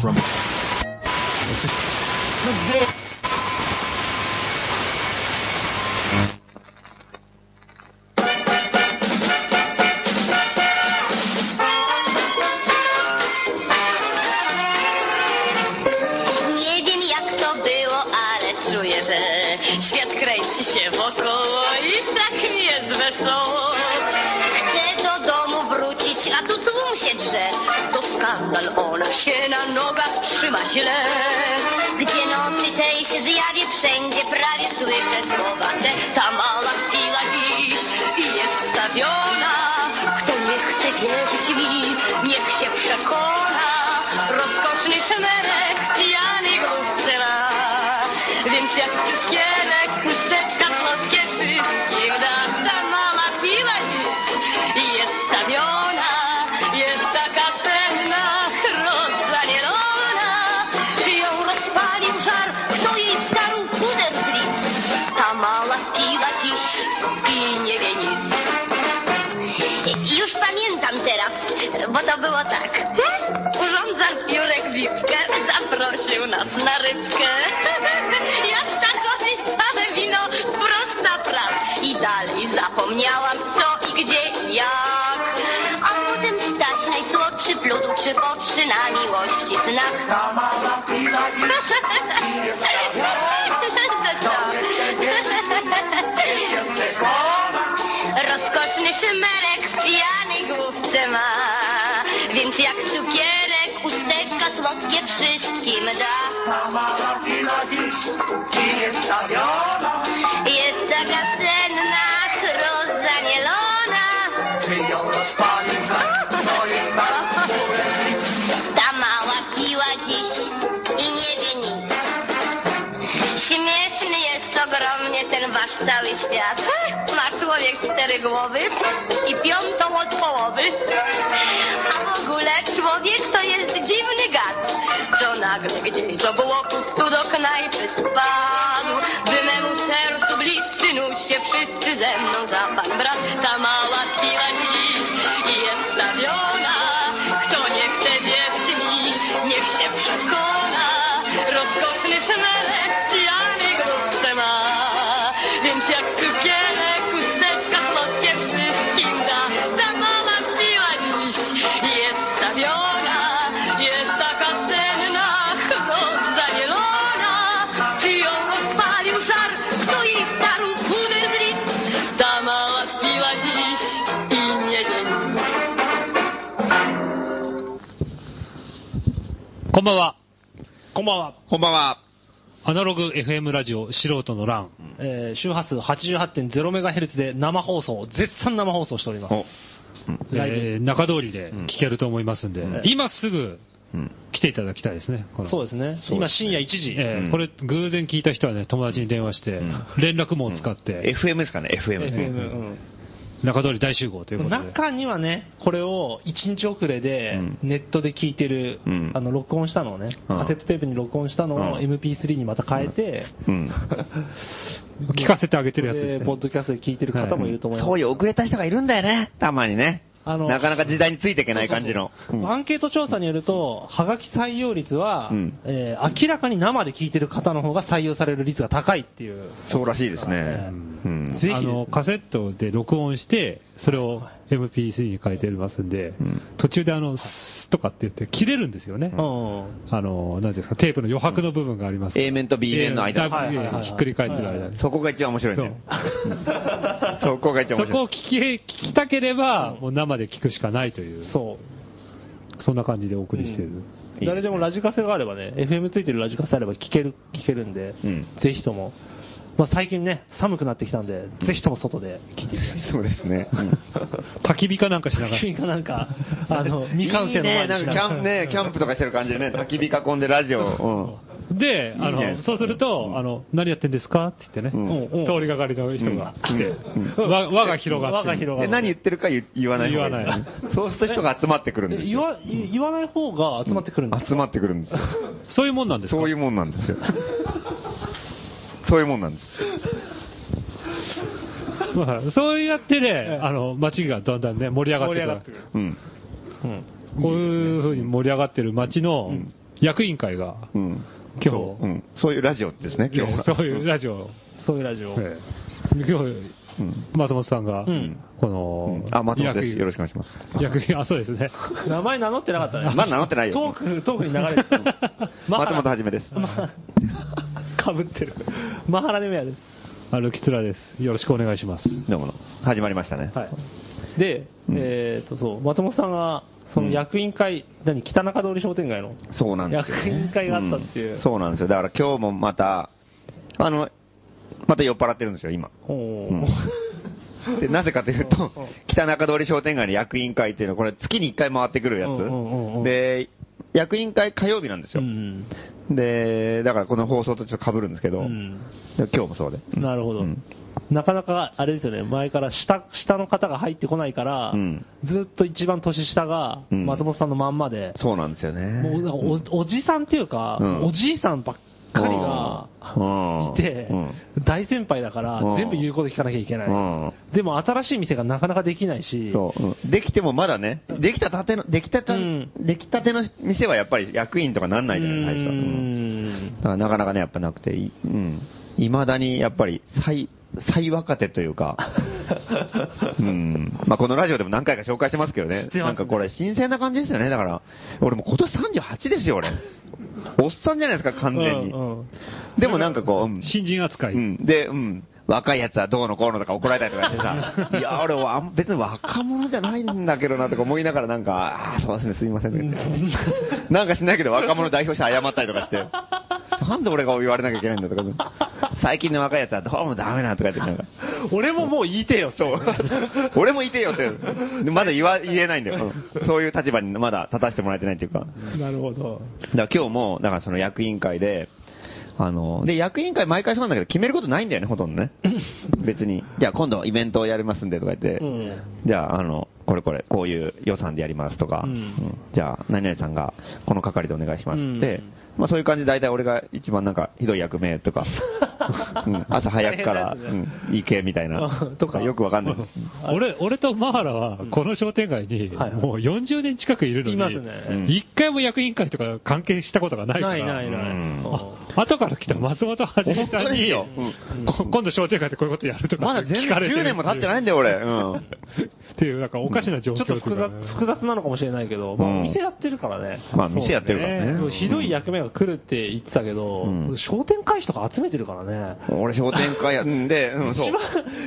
from. Nie wiem jak to było, ale czuję, że świat kręci się wokoło i tak mi jest wesoło. Chcę do domu wrócić, a tu tłum się drze. To skandal, on się na nogach trzyma źle. Gdzie nocy tej się zjawię, wszędzie prawie słyszę słowa te. Ta mała chwila dziś i jest stawiona. Kto nie chce wierzyć mi, niech się przekona. Rozkoszny szemerek, pijany go strzela. Więc jak cukierek, chusteczka słodkie wszystkie da. Ta mała piła dziś i jest stawiona, jest taka pewna, rozzanielona. Czy ją rozpalił żar, kto jej starł puder z lic? Ta mała piła dziś i nie wie nic. Już pamiętam teraz, bo to było tak. Urządzał Jurek Wipkę, zaprosił nas na rybkę. Ja stakowi same wino, wprost na praw. I dalej zapomniałam co i gdzie i jak. A potem Staś najsłodszy plódł czy potrzy na miłości znak. Ta mała pila dziś jest się przekona. Rozkoszny szymerek w pijanej główce ma, więc jak cukierek, usteczka słodkie wszystkim da. Ta mała pila dziś jest stawiona. Jest taka senna, rozzanielona, Czy ją rozpalił żar? To jest tak, ta mała piła dziś i nie wie nic. Śmieszny jest ogromnie ten wasz cały świat. Ma człowiek cztery głowy i piątą od połowy. A w ogóle człowiek to jest dziwny gad. Co nagle gdzieś z obłoku tu do knajpy spadł. By memu sercu bliscy nóż się wszyscy ze mną za pan brat. Ta mała chwila dziś jest stawiona. Kto nie chce wierzyć mi, niech się przekona. Rozkoszny szemelek pijany grubce ma. Więc jak cukierek, chusteczka słodkie wszystkim da. Ta mama piła dziś jest stawiona. Jest taka senna, rozzanielona. Czy ją rozpalił żar, kto jej starł puder z lic? Ta mała piła dziś i nie wie nic. こんばんは。こんばんは。こんばんは。アナログ FM ラジオ素人の欄。えー周波数 88.0MHz で生放送、絶賛生放送しております。お、ライブえー中通りで聞けると思いますんで、ん今すぐうん、来ていただきたいですね。このそうですね。うですね今深夜1時。えーうんこれ偶然聞いた人はね、友達に電話してん、連絡網を使って、 FM ですかね、FM。 FM 中通り大集合といううんことで。中にはね、これを1日遅れでうんネットで聞いてる、うんあの録音したのをね、うんカセットテープに録音したのをうん MP3 にまた変えて、うん。聞かせてあげてるやつですでポッね。ドキャストで聞いてる方もいると思います。そういう遅れた人がいるんだよね、たまにね。あのなかなか時代についていけない感じの。うんアンケート調査によると、はがき採用率は、うんえー明らかに生で聞いてる方の方が採用される率が高いっていう。そうらしいですね。うぜんひですねあの、カセットで録音して、それを MP3 に変えてますんでん、途中であの、スッとかって言って切れるんですよねう。ん。あの、なんていうんですか、テープの余白の部分があります。 A 面と B 面の間えーだいぶはいはいはいひっくり返ってる間に。そこが一番面白いね。 そこが一番そ面こ白をい。聞き、聞きたければ、もう生で聞くしかないという、そそんな感じでお送りしている。う。誰でもラジカセがあればね、FM ついてるラジカセあれば聞ける、聞けるんで、うんぜひとも。まあ最近ね、寒くなってきたんで、ぜひとも外で聞いてみたい。そうですね。焚き火かなんかしながら。君がなんか、あの、 未完成 のいいね、なしんかなキがらャンプね、キャンプとかしてる感じでね、焚き火囲んでラジオ。で、あいいじゃないでの、すかそうすると、あの、何やってんですかって言ってね、うん通りがかりの人が来てうん、わ輪が広がって。輪がう広がん。で、何言ってるか言言わない方がいい言わなそうすると人が集まってくるんです言よ。わ、言わない方が集まってくるんです集まってくるんですよ。そういうもんなんですかそういうもんなんですよ。そういうもんなんです。まあ そうやってね、あの、街がだんだんね、盛り上がってくる。うん。うん。こういうふうに盛り上がってる街の、役員会が、うん。今日そううんそういうラジオですね、今日は。そういうラジオ、そういうラジオ。ええ今日、うん。松本さんが、うんこうんの、あ、松本です。よろしくお願く。いします。役員、あ、そ うですね。名前名乗ってなかったね。まだ名乗ってないよトーク、トークに流れてた。松本はじめです。かぶってる。マハラネメアです。歩きつらです。よろしくお願いします。どうも。始まりましたね。はい。で、うんえっ、と、そう、松本さんが、その役員会、何、北中通り商店街の。そうなんですよ、ね。役員会があったっていう。んそうなんですよ。だから今日もまた、あの、また酔っ払ってるんですよ、今。おーうんで、なぜかというとうんうん、北中通り商店街の役員会っていうのは、これ月に1回回ってくるやうんうんうんつ。で、役員会火曜日なんです うよ。ん。で、だからこの放送とちょっと被るんですけど、うんで今日もそうで。なるほど、うんなかなかあれですよね、前から下下の方が入ってこないから、うんずっと一番年下がうん松本さんのまんまで、そうなんですよね。もうなんかおおじさんっていうか、うんおじいさんばっかりがうんいて、うん大先輩だから、うん全部言うこと聞かなきゃいけない、うんでも新しい店がなかなかできないし、そう、うんできてもまだね、できたたての、できたた、うんできたての店はやっぱり役員とかなんなういじゃないですか。うんんだからなかなかね、やっぱなくて、いうん。いまだにやっぱり最、最若手という か、うん。まあ、このラジオでも何回か紹介してますけどね。してますねなんかこれ新鮮な感じですよね。だから、俺もう今年38ですよ、俺。おっさんじゃないですか、完全に。うんうんでもなんかこう、うん。新人扱い。うん。で、うん。若いやつはどうのこうのとか怒られたりとかしてさ、いや、俺はあん別に若者じゃないんだけどなとか思いながらなんか、ああ、そうですね、すいませんね。なんかしないけど若者代表して謝ったりとかして、なんで俺が言われなきゃいけないんだとか、最近の若いやつはどうもダメなとか言ってなんか、俺ももう言いてえよ、そう。俺もいてよって、でまだ言わ、言えないんだよ。うんそういう立場にまだ立たせてもらえてないっていうか。なるほど。だから今日も、だからその役員会で、あの、で、役員会毎回そうなんだけど、決めることないんだよね、ほとんどね。別に。じゃあ今度イベントをやりますんでとか言って、うんじゃあ、あの、これこれ、こういう予算でやりますとか、うんうんじゃあ、何々さんがこの係でお願いしますって、うんまあそういう感じで大体俺が一番なんかひどい役名と か、うん朝早くから、大変なやつね、うん行けみたいなとかよくわかんない。俺、俺とマハラは、この商店街に、はいはいもう40年近くいるのに、いますねうん一回も役員会とか関係したことがないから。ないないない。うんうんあ後から来た松本はじめさ本当んですに、ようんこ今度商店街でこういうことやるとか、まだ全然10年も経ってないいんだよ、俺。 うん。 っていう、なんかおかしな状ちょ況っと複雑複雑なのかもしれないけど、まあうんお店やってるからね、まあ店やってるからねそうひどい役目が来るって言ってたけど、うん商店会費とか集めてるからね、俺商店会や、うんで、うん、そう一。番、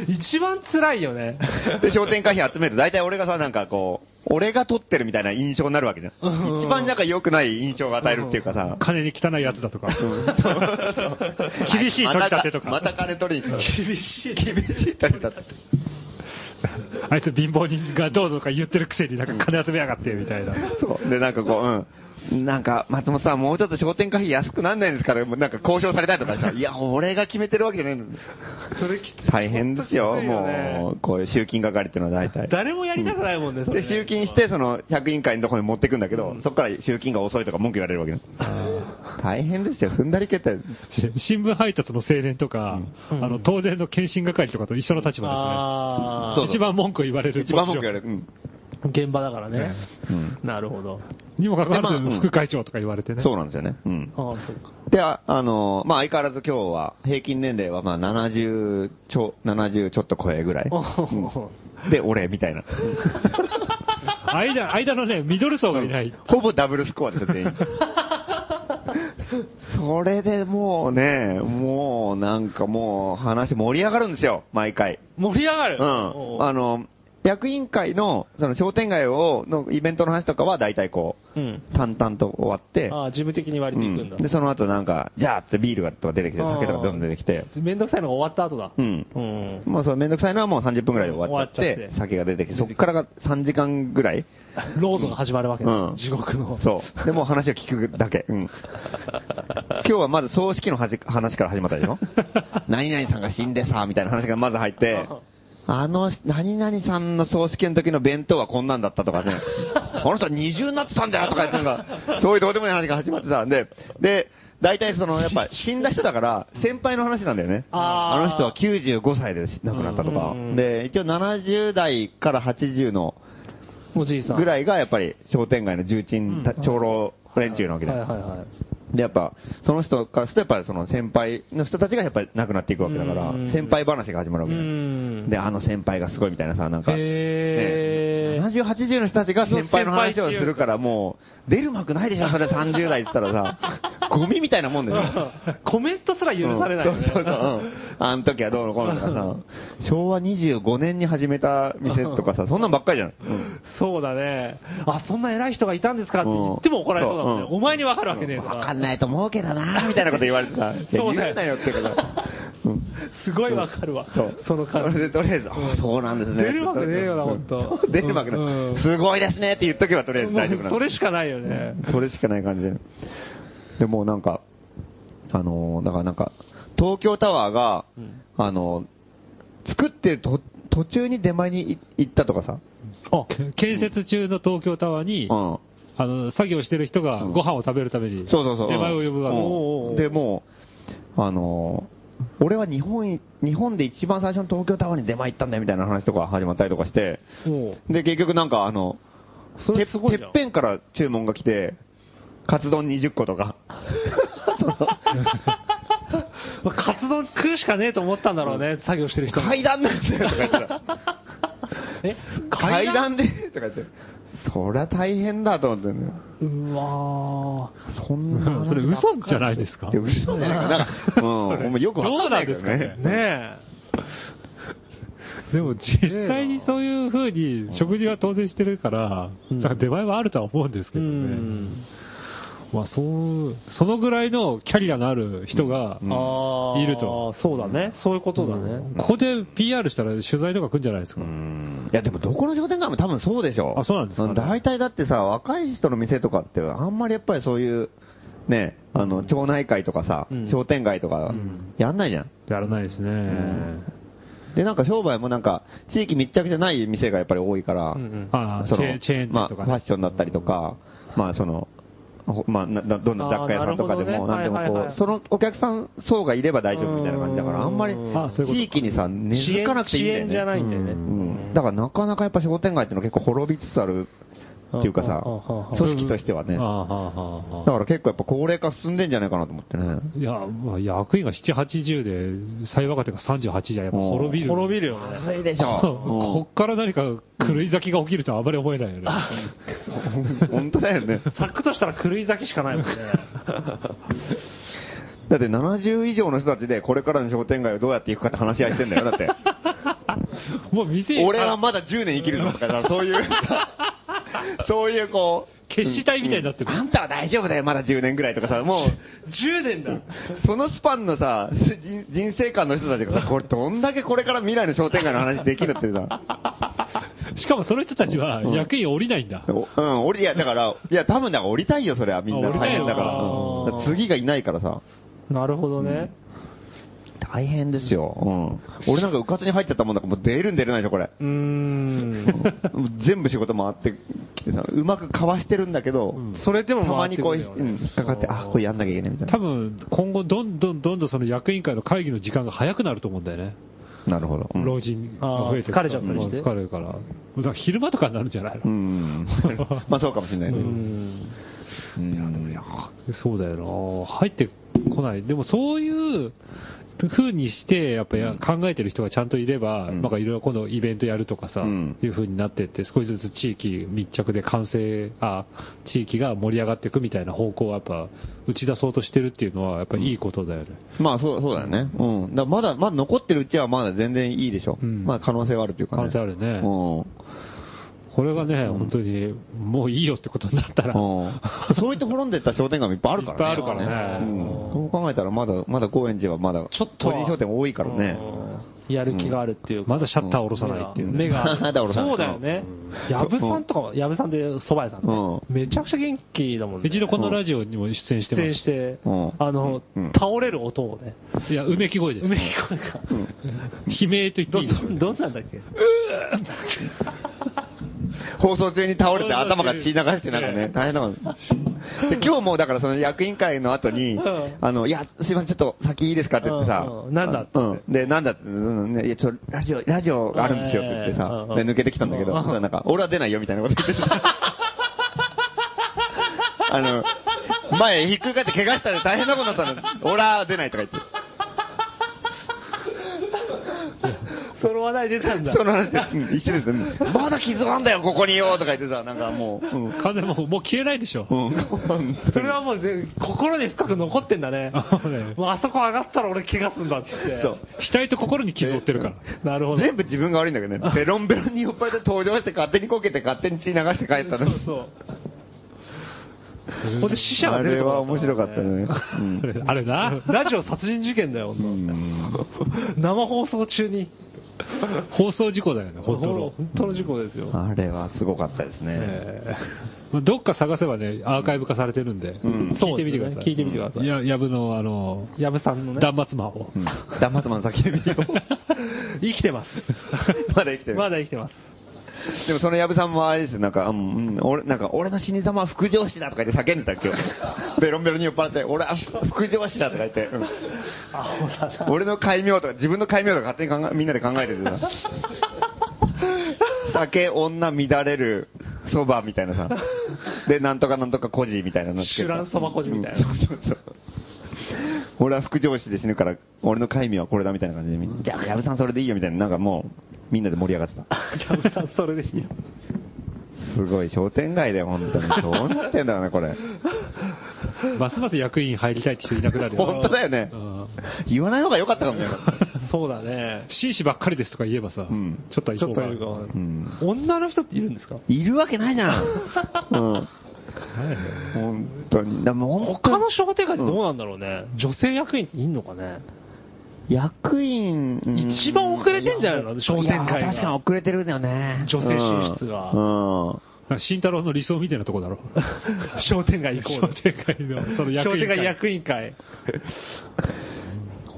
一番辛いよ ね。で、商店会費集めると、大体俺がさ、なんかこう、俺が取ってるみたいな印象になるわけじゃうんん。一番なんか良くない印象を与えるっていうかさ。金に汚いやつだとか、厳しい取り立てとか、また金取りに行く厳しい。厳しい取り立て。あいつ貧乏人がどうぞとか言ってるくせになんか金集めやがってみたいな。そう。で、なんかこう、うん。なんか、松本さん、もうちょっと商店会費安くなんないんですから、なんか交渉されたりとかさ、いや、俺が決めてるわけじゃないの。それきつい大変ですよ、本当にきついねもう、こういう集金係っていうのは大体。誰もやりたくないもんね、それで、ね集金して、その、百員会のところに持ってくんだけど、そこから集金が遅いとか文句言われるわけよ大変ですよ、踏んだり蹴ったり。新聞配達の青年とか、あの、当然の検診係とかと一緒の立場あそですね。う一番文句言われる。一番文句言われる。うん。ー現場だからね。うんなるほど。にもかかわらでまあうず、ん副会長とか言われてね。そうなんですよね。うんあ。ーそうかで、ああのーまあ、相変わらず今日は、平均年齢はまあ、70ちょ、70ちょっと超えぐらい。おーうんで、俺、みた いな。間、間のね、ミドル層がいない。ほぼダブルスコアですよ、全員。それでもうね、もうなんかもう話盛り上がるんですよ、毎回。盛り上がる。うん。あの、の、役員会の、その商店街を、のイベントの話とかは大体こうん。う、淡々と終わって、あー事務的に割うれていくんだ。んで、その後なんか、じゃあってビールがとか出てきて、あー酒とかどんどん出てきて、めんどくさいのが終わった後だ。うんうん。もうそれめんどくさいのはもう30分ぐらいで終わっちゃって、終わっちゃって酒が出てきて、そっからが3時間ぐらい、ロードが始まるわけだ。うん地獄の。 そう。で、もう話を聞くだけ。うん。今日はまず葬式のはじ話から始まったで しょ何々さんが死んでさ、みたいな話がまず入って、あの、何々さんの葬式の時の弁当はこんなんだったとか ね、あの人は二重になってたんだよとか言ってなんか、そういうどうでもいい話が始まってたんで、で、大体その、やっ ぱ死んだ人だから、先輩の話なんだよね。あーの人は95歳で亡くなったとかうんうんう。んで、一応70代から80のおじいさん。ぐい。らいがやっぱり商店街の重鎮た、長老連中なわけで。はいはいはい。で、やっぱ、その人からすると、やっぱその先輩の人たちがやっぱり亡くなっていくわけだからうん、先輩話が始まるわけうねんで、あの先輩がすごいみたいなさ、なんか、へーね70、80の人たちが先輩の話をするから、もう、出る幕ないでしょ、 それ30代って言ったらさ、ゴミみたいなもんでしょ。 コメントすら許されないようんね。そうそうそう。うんあの時はどうのこうのとかさ、昭和25年に始めた店とかさ、そんなんばっかりじゃん。うんそうだね。あ、そんな偉い人がいたんですかって言っても怒られそうだもんね。うんそううんお前にわかるわけねえわかか。んないと思うけど な、みたいなこと言われてさ、いやそうね言うなよってこと。 うんすごいわかるわ。そうその感そじ。れでとりあえず、あそうなんですね。出るわけねえよなうんほんとそう出るわけうなんい。すごいですねって言っとけばとりあえず大丈夫もなうんそれしかないよね。それしかない感じで。でもうなんか、あのー、だからなんか、東京タワーが、うんあのー、作ってると途中に出前にい行ったとかさ、あ建設中の東京タワーに、うん。あの作業してる人がうんご飯を食べるために、そうそうそう。出前を呼ぶわけ、うんおうおうおうで、もう、あのー俺は日本、日本で一番最初の東京タワーに出前行ったんだよみたいな話とか始まったりとかして、もうで、結局なんかあの、そてれすごいてじゃっん。ぺんから注文が来て、カツ丼20個とか。まあカツ丼食うしかねえと思ったんだろうね、作業してる人も。階段なんだよとか言ってた。 え階段でとか言って。そりゃ大変だと思ってね。うわそんなうんそれ嘘じゃないですかいや、嘘じゃな いか。なんか、うん、お前よくーわどかうなんないけんでどすかねね。。ねでも実際にそういうふうに食事は当然してるから、うんだから出前はあるとは思うんですけえ。うどね、ん。まあ、そうそのぐらいのキャリアのある人が、うんああ。いると。そうだね。そういうことだうんね。ここで PR したら取材とか来るんじゃないですか、うんいや、でもどこの商店街も多分そうでしょ。あそうなんですかね大体だってさ、若い人の店とかって、あんまりやっぱりそういう、ね、あの、町内会とかさ、うん商店街とかん、やんないじゃん。やらないですね、んで、なんか商売もなんか、地域密着じゃない店がやっぱり多いから、うんうんああそチのェーンチェーン店まあ、とファかね、ッションだったりとか、まあ、その、ほまあ、ななどんな雑貨屋さんとかでも、なあーんなでるもほどねこう、はいはいはいそのお客さん層がいれば大丈夫みたいな感じだから、うんあんまりあそういうことか地域にさ、根付かなくていいんだよね。支援じゃないんだよね。うんだからなかなかやっぱ商店街ってのは結構滅びつつあるっていうかさうんうんうんうんう、ん組織としてはね。あだあはあはあはかあら結構やっぱ高齢化進んでんじゃないかなと思って ね。いや、まあ、役員が7、80で、最若手が38じゃ、やっぱ滅びる。滅びるよね。いでしうんこっから何か狂い咲きが起きるとはあまり思えないよね。本当だよね。サックとしたら狂い咲きしかないも んね。だって70以上の人たちでこれからの商店街をどうやっていくかって話し合いしてんだよ。だ って。もう店、俺はまだ10年生きるぞとかさ、そう いう、そういうこう。決死隊みたいになってくるうんあんたは大丈夫だよ、まだ10年ぐらいとかさ、もう、 10年だ。そのスパンのさ、人人生観の人たちがさ、これどんだけこれから未来の商店街の話できるってさ。しかもその人たちは役員降りないんだ。おうん、降り、いや、だから、いや、多分だから降りたいよ、それは、みんな。あ降り大たいよ変だから。うんだから次がいないからさ。なるほどね。大変ですよ。うん。俺なんかうかつに入っちゃったもんだから、もう出るん出れないでしょ、これ。うーん。 もう全部仕事回ってきてさ、うまくかわしてるんだけど、それたでもま回っにてこくう、るよねうん引っかかって、あ、これやんなきゃいけないみたい多分、今後、どんどんどんどんその役員会の会議の時間が早くなると思うんだよね。な。なるほど。うん老人が増えてあー疲れちゃったりしてうん疲れるから。だから昼間とかになるんじゃないのう、ん。まあそうかもしれないね。うん。うんそうだよな、入ってこない、でもそういう風にして、やっぱや考えてる人がちゃんといれば、うんなんかいろいろ今度イベントやるとかさ、うんいう風になってって、少しずつ地域密着で完成、あ、地域が盛り上がっていくみたいな方向をやっぱ打ち出そうとしてるっていうのは、やっぱりいいことだよね。まあそうそうだよね。うん。だからまだ、まだ残ってるうちはまだ全然いいでしょ。うんまあ可能性はあるというかね。可能性あるねうん。これがね、本当にもういいよってことになったら、うんそういって滅んでった商店街もいっぱいあるからね。いっぱいあるからねうんそう考えたらまだ、まだ高円寺はまだ、ちょっと個人商店多いからね。うん。やる気があるっていうか。まだシャッターを下ろさないっていうね。目が。まだ下ろさないそうだよね。矢部さんとかも、矢部さんで蕎麦屋さんね。うめちゃくちゃ元気だもんね。一度このラジオにも出演して出ま演す。してうん、あのうん、倒れる音をね。いや、うめき声です。梅木君が。悲鳴と言っていいですど、どんなんだっけ放送中に倒れて頭が血流してなんかね、大変だもん。で 今日もだからその役員会の後にん、あの、いや、すいません、ちょっと先いいですかって言ってさうんう、んなんだってうん。で、なんだって、うん、ねいや、ちょ、ラジオ、ラジオあるんですよって言ってうんさう、んで抜けてきたんだけど、うん なんか、俺は出ないよみたいなこと言ってた。あの、前ひっくり返って怪我したら大変なことになったの。オラ出ないとか言って。その話題出たんだその話で、うん、一緒ですね。まだ傷があんだよ、ここによとか言ってさ、なんかもう、うん。完全にもうもう消えないでしょ。うん本当そにれはもうぜ心に深く残ってんだねあそうだよ。もうあそこ上がったら俺怪我すんだって。そう。額と心に傷を負ってるから。なるほど。全部自分が悪いんだけどね。ベロンベロンに酔っ払って登場して勝手にこけて勝手に血流して帰ったのそうに。そう。ここで死者あが出るれとこは面白かったね。うんあれ な。ラジオ殺人事件だよ、ほんとうん生放送中に。放送事故だよね、本当の。本当の事故ですよ。あれはすごかったですね。えーまあどっか探せばね、アーカイブ化されてるんで、ん聞いてみてくだそうでさすねい。聞いてみてくださいや、やぶの、あの、矢部さんのね。断末魔を。うん。ダマスマン叫びを。 生きてます。まだ生きてる。まだ生きてます。でもその矢部さんもあれですよ、なんか、うん、うん俺、なんか、俺の死に様は副上司だとか言って叫んでた っけベロンベロンに酔っ払って、俺は副上司だとか言って、うん 俺の改名とか、自分の改名とか勝手に考えみんなで考えててさ。酒、女、乱れる、そばみたいなさ。で、なんとかなんとか孤児みたいなのつけてシュランそば孤児みたいなうんそうそうそう。俺は副上司で死ぬから、俺の戒名はこれだみたいな感じでみんな、じゃあ矢部さんそれでいいよみたいな、なんかもう、みんなで盛り上がってた。矢部さん、それでいいよ。すごい商店街で本当に。どうなってんだろうね、これ。ますます役員入りたいって人いなくなるよ。本当だよねう。ん言わない方が良かったかもしれない。そうだね。紳士ばっかりですとか言えばさ、んちょっとはち行ょこっうかとよくわかんないうん女の人っているんですかいるわけないじゃん。うん。本当に。だもう本当他にの商店街ってどうなんだろうね。女性役員っていんのかね。役員、うん一番遅れてんじゃないの商店街がいや確かに遅れてるんだよね。女性進出がうん。うんなんか慎太郎の理想みたいなとこだろ。 商店街行こう商店街の、その商役員会店街役員会。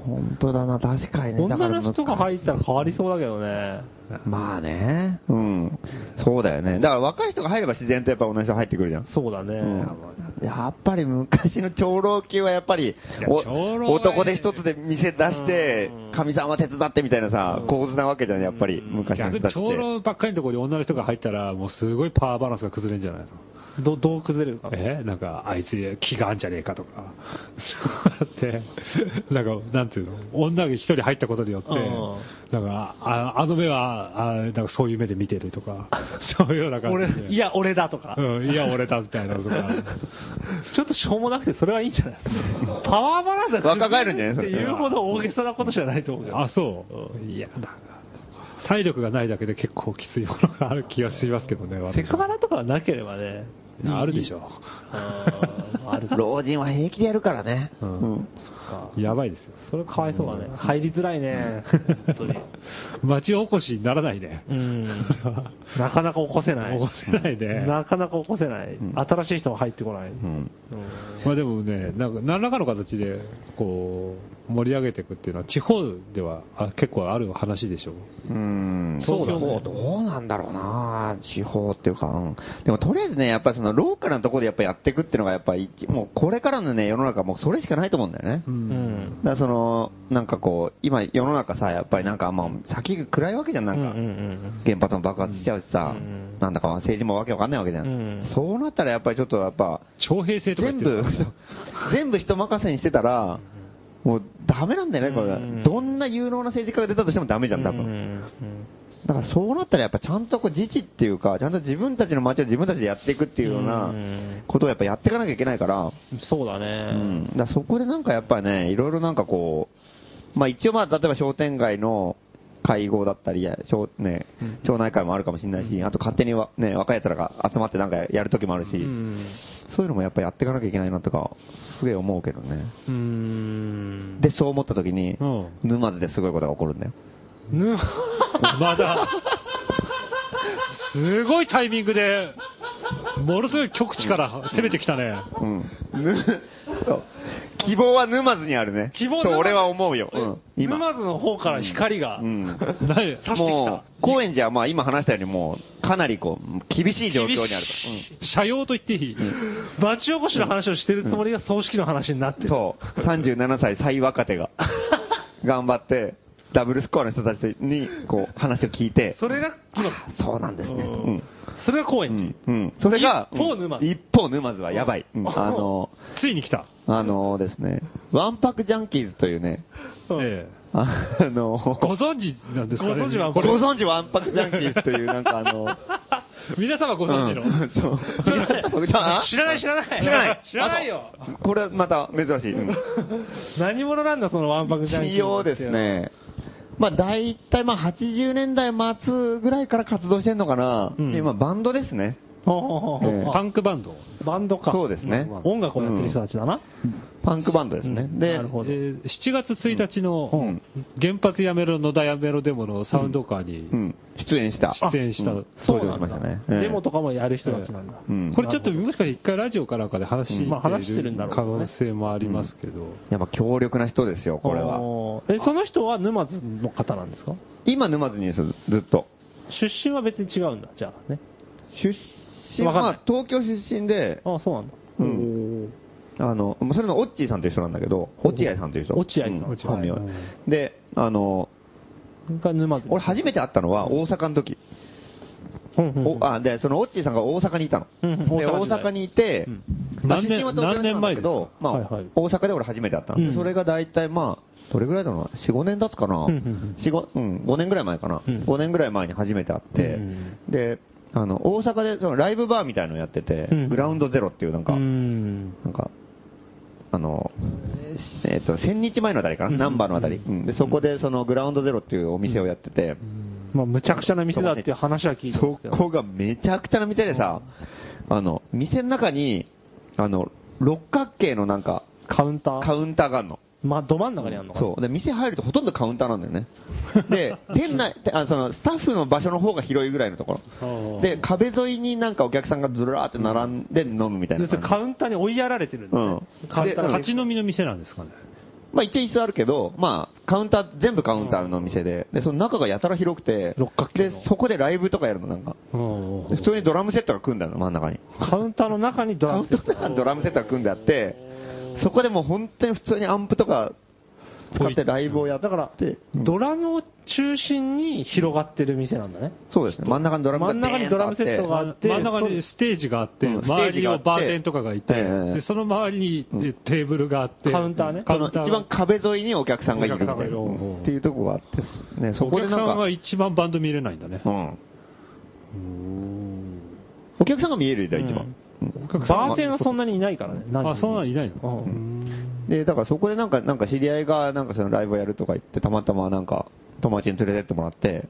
本当だな、確かにね。女の人が入ったら変わりそうだけどね。だからまあね。うん。そうだよね。だから若い人が入れば自然とやっぱ同じ人入ってくるじゃん。そうだね。うんやっぱり昔の長老級はやっぱりおいや長老はね男で一つで店出してうん、かみさんは手伝ってみたいなさ、構図なわけじゃん、やっぱり昔の人逆にたちって。長老ばっかりのところに女の人が入ったら、もうすごいパワーバランスが崩れるんじゃないのど、どう崩れるか。えなんか、あいつ気があんじゃねえかとか、そうやって、なんか、なんていうの、女が一人入ったことによって、うなんか、ああの目はあ、なんかそういう目で見てるとか、 そういうような感俺じで。、い、や、俺だとか。うん、いや、俺だみたいなのとか。ちょっとしょうもなくて、それはいいんじゃないパワーバランスが若返るんじゃないっそてれいうほど大げさなことじゃないと思うけど。あ、そう。いや、なんか、体力がないだけで結構きついものがある気がしますけどね、私セクハラとかはなければね。あるでしょ。あーある老人は平気でやるからね。ううんん。か。 や ばいですよ。それかわいそうだね。入りづら いね。本当に。町おこしにならないね。うん。なかなか起こせない。起こせないねなかなか起こせない。新しい人が入ってこない。うんうんまあでもね、なんか何らかの形でこう盛り上げていくっていうのは、地方ではあ結構ある話でしょうんそうだね地方どうなんだろうな地方っていうか、うんでもとりあえずね、やっぱりそのローカルなところでやっぱやっていくっていうのが、やっぱり一、もうこれからのね、世の中もうそれしかないと思うんだよね。う。ん。だからその、なんかこう、今世の中さ、やっぱりなんかまあ、先が暗いわけじゃん、なうんんうか。んうん原発も爆発しちゃうしさ、うんなんだか政治もわけわかんないわけじゃん。うんそうなったらやっぱりちょっとやっぱ、徴兵制とか言全ってる部、全部人任せにしてたら、もうダメなんだよね、これ。うんどんな有能な政治家が出たとしてもダメじゃん、多うんう分。んうんだからそうなったらやっぱちゃんとこう自治っていうか、ちゃんと自分たちの街を自分たちでやっていくっていうよううなんことをやっぱやっていかなきゃいけないから、そうだね。うん、だからそこでなんかやっぱね、いろいろなんかこう、まあ一応まあ例えば商店街の会合だったり、商ね、町内会もあるかもしれないし、あと勝手にわ、ね、若い奴らが集まってなんかやる時もあるし、うんそういうのもやっぱやっていかなきゃいけないなとか、すげえ思うけどね。うん。で、そう思った時に、うん沼津ですごいことが起こるんだよ。ぬ、まだ、すごいタイミングで、ものすごい極地から攻めてきたね。うん。 そう希望は沼津にあるね。希望と沼津俺は思うよ。うん。今。沼津の方から光がう。ん。何差してきもた。う、高円寺はまあ今話したようにもう、かなりこう、厳しい状況にあると。うん社用と言っていい、町おこしの話をしてるつもりが葬式の話になってる。 そう、37歳最若手が、頑張って、ダブルスコアの人たちに、こう、話を聞いて、それが今、そうなんですね。うん。それが高円う寺ん。。うんそれが、一方沼津うん一方沼津はやばい。うんあの、ついに来た。あのですね、ワンパクジャンキーズというね、うんええあの、ご存知なんですかねご存知はごこれ存知ワンパクジャンキーズという、なんかあの、皆 様ご存知の。うん そう。知らない知らない。知らない。知らないよ。あ。そうこれはまた珍しい。うん何者なんだ、そのワンパクジャンキー。一応です。ね、まあ大体まあ80年代末ぐらいから活動してんのかな。うん今バンドですね。ほうほうほうほうええあパンクバンド。バンドか。そうですね音楽をやってる人たちだな。パンクバンドですね。うんでなる、ほど。えー7月1日うのん原発やめろ野田やめろデモのサウンドカーにう、ん出演した。出演したうんそう登場なしんまだしたね。ええデモとかもやる人たちなんだ。うんこれちょっともしかして一回ラジオかなんかで話してうんまあ話してるるんだろう可ね能性もありますけど、やっぱ強力な人ですよ、これは。は。え、その人は沼津の方なんですか今沼津にいるんですよずっと。出身は別に違うんだ、じゃあね。出身わかんないは東京出身で、あそうなんだ。うんあの、それのオッチーさんという人なんだけど、落合さんという人。落合さんう落合さん本名はで、あの、おーが沼津。俺初めて会ったのは大阪の時。うんうんうんおあで、そのオッチーさんが大阪にいたの。うんうんで、大阪大時代阪にいて、うんまあ何出年身は東京なんだけど、まあ、何年前ですかはいはい大阪で俺初めて会ったの。でうんそれが大体まあ、どれぐらいだろうな、4、5年経つかな。うんうん四五うん、5年ぐらい前かな。うん5年ぐらい前に初めて会って、うんで、あの、大阪でそのライブバーみたいのをやってて、うんグラウンドゼロっていうなんか、うん。なんか、あの、えっ、と、千日前のあたりかな、うんナンバーのあたり、うんで、そこでそのグラウンドゼロっていうお店をやってて、まあ、むちゃくちゃな店だっていう話は聞いてますそけど。こがめちゃくちゃな店でさ、あの、店の中に、あの、六角形のなんか、カウンターカウンターがあるの。まあ、ど真ん中にあるのかな。そう。で、店入るとほとんどカウンターなんだよね。で、 店内、てあその、スタッフの場所の方が広いぐらいのところ。で、壁沿いになんかお客さんがずらーって並んで飲むみたい要なす感るにじ。カウンターに追いやられてるんだね。うんカウンターでが立ち飲みの店なんですかね。まあ一応椅子あるけど、まあカウンター、全部カウンターの店で、で、その中がやたら広くて、六角で形の、そこでライブとかやるの、なんか。で普通にドラムセットが組んだの、真ん中に。カウンターの中にドカラウムンセタットーのドラムセットが組んであって、そこでもう本当に普通にアンプとか使ってライブをやっだからて、、ドラムを中心に広がってる店なんだね。そうですね、真ん中にドラムが真ん中にドラムセットがあって、真ん中にステージがあって、うん周りにはバステージがあっーてテンとかがいて、ええでその周りうにんテーブルがあって、カウンターねそカウのンター一番壁沿いにお客さんがいるみたいおな客さんがいるうんっていうとこがあって、ね、そこでおなん客さんかが、一番バンド見れないんだね。うんお客さんが見えるじゃん、一番。うんお客さんバーテンはそんなにいないからね。あ、そんなのいないの、ので、だからそこでなんか、なんか知り合いが、なんかそのライブをやるとか言って、たまたまなんか、友達に連れてってもらって、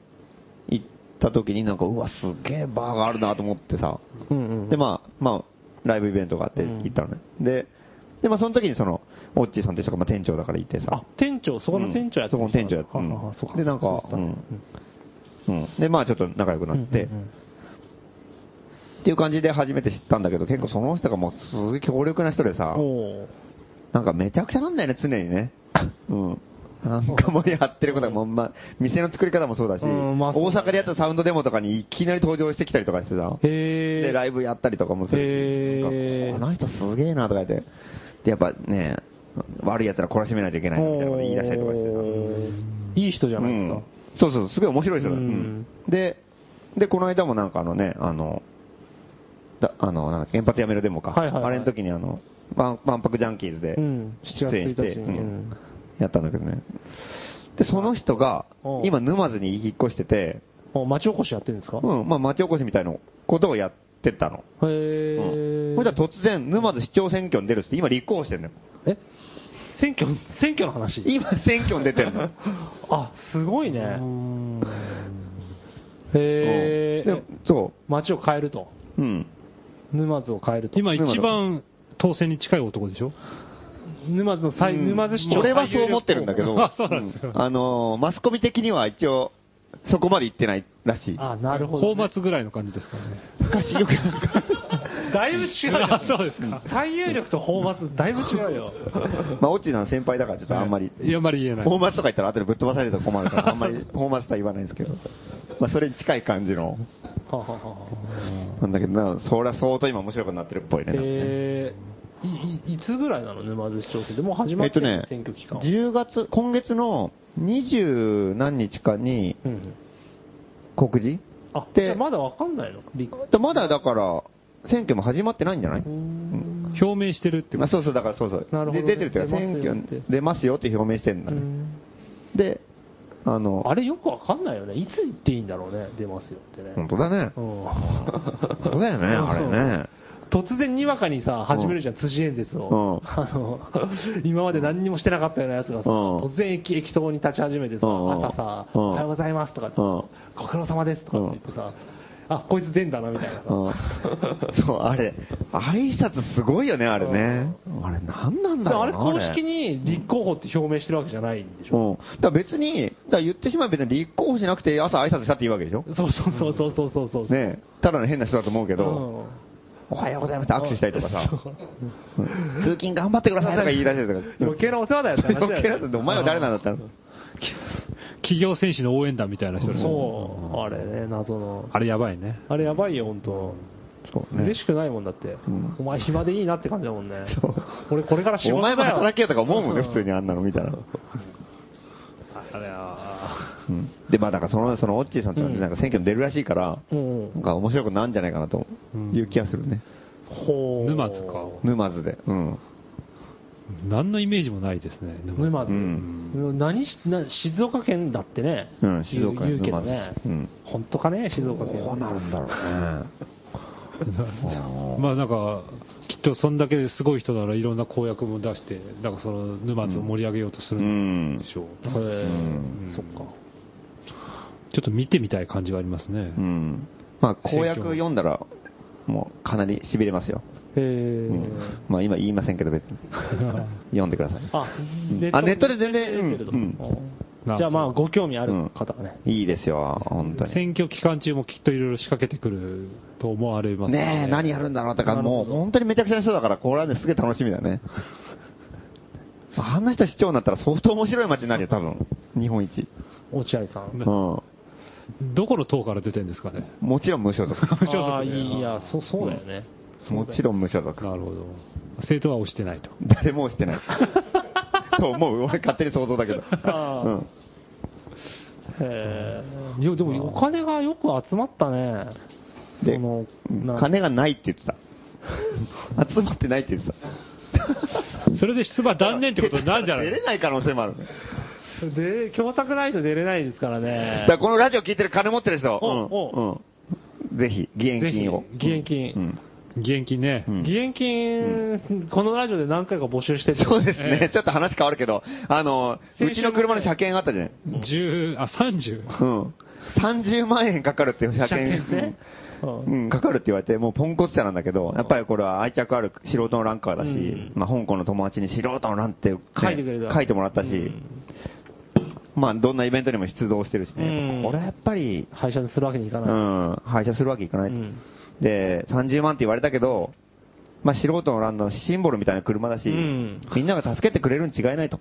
行った時になんか、うわ、すげえバーがあるなと思ってさ、うんうん。で、まあ、まあ、ライブイベントがあってうん行ったのね。で、で、まあ、その時にその、オッチーさんという人がまあ店長だからいてさあ、、店長、そこの店長やってそこの店長やって、たうんああ、そうか。で、なんかうそう、だねん。うんで、まあ、ちょっと仲良くなって、うんうんうんっていう感じで初めて知ったんだけど、結構その人がもうすごい強力な人でさ、おーなんかめちゃくちゃなんだよね、常に ね。うん。なんかもうやってることがもう、まあ、店の作り方もそうだし、うんまあそう大阪でやったサウンドデモとかにいきなり登場してきたりとかしてさ、へーで、ライブやったりとかもするし、へーなんかこの人すげえなとか言って、で、やっぱね、悪い奴ら懲らしめないといけないみたいなこと言い出したりとかしてさ。いい人じゃないですか。そうそう、すごい面白い人だ、うんうんで、で、この間もなんかあのね、あの、だあの、なんか原発やめるデモか。はいはいはいあれの時にあの、万万博ジャンキーズでうん出演して、 7月1日にうんうんやったんだけどね。で、その人がお、う今沼津に引っ越してて、お町おこしやってるんですかうん、まあ町おこしみたいなことをやってたの。うへんーそしたら突然、沼津市長選挙に出るっつって、今立候補してんのよ。え選挙、選挙の話今選挙に出てんの。あ、すごいね。うんへえで。そ町を変えると。う。うん。沼津を変えると。今一番当選に近い男でしょ沼津の最、うん沼津市長。俺はそう思ってるんだけど、あそうなんですよあのーマスコミ的には一応、そこまで行ってないらしい。あ、なるほ泡どね、沫ぐらいの感じですからね。昔よくなんかだいぶ違うよ。あそうですか最有力と泡沫、だいぶ違うよ。 まあ、オッチーさん先輩だからちょっとあんまり、いやあんまり言えない。ホーマスとか言ったら後でぶっ飛ばされたら困る から、あんまりホーマスとは言わないですけど、まあ、それに近い感じの、ははははなんだけどな、そりゃ相当今面白くなってるっぽいね。なんかねえいいいつぐらいなの沼津市長選でもう始まえっってとる、ね、選挙期間。 10月、今月の二十何日かにうんうん、告示あ、でじゃあまだわかんないのびっでまだだから、選挙も始まってないんじゃない、うん表明してるってこあそとうそう、だからそうそう。なるほどねで出てるっていうか、出選ますよって挙出ますよって表明してるんだね。で、あの、あれよくわかんないよね。いつ行っていいんだろうね。出ますよってね。本当だね。本当だよね、あれね。 突然にわかにさ、始めるじゃん、辻演説を。うんあの、今まで何にもしてなかったようなやつがさ、うん突然駅駅頭に立ち始めてさ、うんうん朝さ、うんおはようございますとかって、うんご苦労様ですとかって言ってさ、あ、こいつ善だなみたいなさ。うんそう、あれ、挨拶すごいよね、あれね。あれ、なんなんだでもろうあれな。公式に立候補って表明してるわけじゃないんでしうょ、ん。だから別に、だから言ってしまえば別に立候補しなくて朝挨拶したっていいわけでしょそうそうそうそうそうそうそう、ねただの変な人だと思うけうど、ん、おはようございますって握手したりとかさ、うん通勤頑張ってくださいとか言い出したりとか。余計なお世話だよって話だよね余計なことお前は誰なんだったの企業選手の応援団みたいな人ねそう、あれね、謎の。あれやばいね。あれやばいよ、本当。そうね嬉しくないもんだってん。お前暇でいいなって感じだもんねそう。俺これから仕お事だ前よ。も働けよとか思うもんね、うん普通にあんなの見たら。あれは。うんで、まあだからその、そのオッチーさんってのはねうんなんか選挙に出るらしいから、うんなんか面白くなんじゃないかなという気がするね。ほう。沼津か沼津で。うん。何のイメージもないですね。でも沼津。うん何し、な静岡県だってね。うん静岡言県う言うけど沼ね津うん。本当かね、静岡県。どうなるんだろうね。うんまあなんか、きっとそんだけすごい人ならいろんな公約も出して、なんかその沼津を盛り上げようとす るうんんで。しょう。へんえ、そっか。ちょっと見てみたい感じはありますね。うん。まあ公約読んだら、もうかなり痺れますよ。へうえん。まあ今言いませんけど別に。読んでください。あうんあネットで全然出てるけどうんうんじゃあまあ、ご興味ある方がね。いいですよ、本当に。選挙期間中もきっといろいろ仕掛けてくると思われますからねえ、何やるんだろうとか、もう本当にめちゃくちゃな人だから、これはね、すげえ楽しみだね。あんな人市長になったら相当面白い街になるよ、多分。日本一。落合さ ん。うん。どこの党から出てるんですかね。もちろん無所 属。無所属であーいや、そう、そうだよね。もちろん無所属。なるほど。政党は押してないと。誰も押して ない。そう思う。俺勝手に想像だけど。あーへえ。いや、でもお金がよく集まったね。うん。そので、な金がないって言ってた。 集まってないって言ってた。それで出馬断念ってことになる んじゃな出れいない可能性もある。で、教託ないと出れないですからねだから。このラジオ聞いてる金持ってる人、おうんうんぜひ、義援金を。義援金う。ん義援金ね。うん義援金、このラジオで何回か募集してて。そうですね、ちょっと話変わるけど、あの、先週もねうちの車の車検あったじゃない。 10、あ、30。うん。30万円かかるっていう車検。ね。うんうん、かかるって言われて、もうポンコツ車なんだけど、やっぱりこれは愛着ある素人のランカーだし、うんまあ香港の友達に素人のランって、ね書いてくれた書いてもらったし、うんまあどんなイベントにも出動してるしね、うんこれはやっぱり、廃車にするわけにいかうない。ん、廃車するわけいかないと、うんで、30万って言われたけど、まあ素人のランのシンボルみたいな車だし、うんみんなが助けてくれるに違いないと。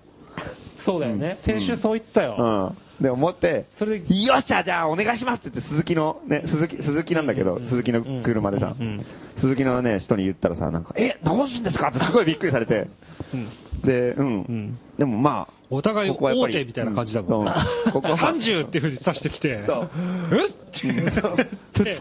そうだよね。うん先週そう言ったよ。うん。で、思って、それでよっしゃ、じゃあお願いしますって言って、鈴木の、ね、鈴木、鈴木なんだけど、うんうん鈴木の車でさ、うんうん鈴木のね、人に言ったらさ、なんか、え、どうすんですかってすごいびっくりされて、うんで、うん。んでもまあ、お互いここはやっぱり OK みたいな感じだもんねうんここは 30っていうふうに指してきて、そう二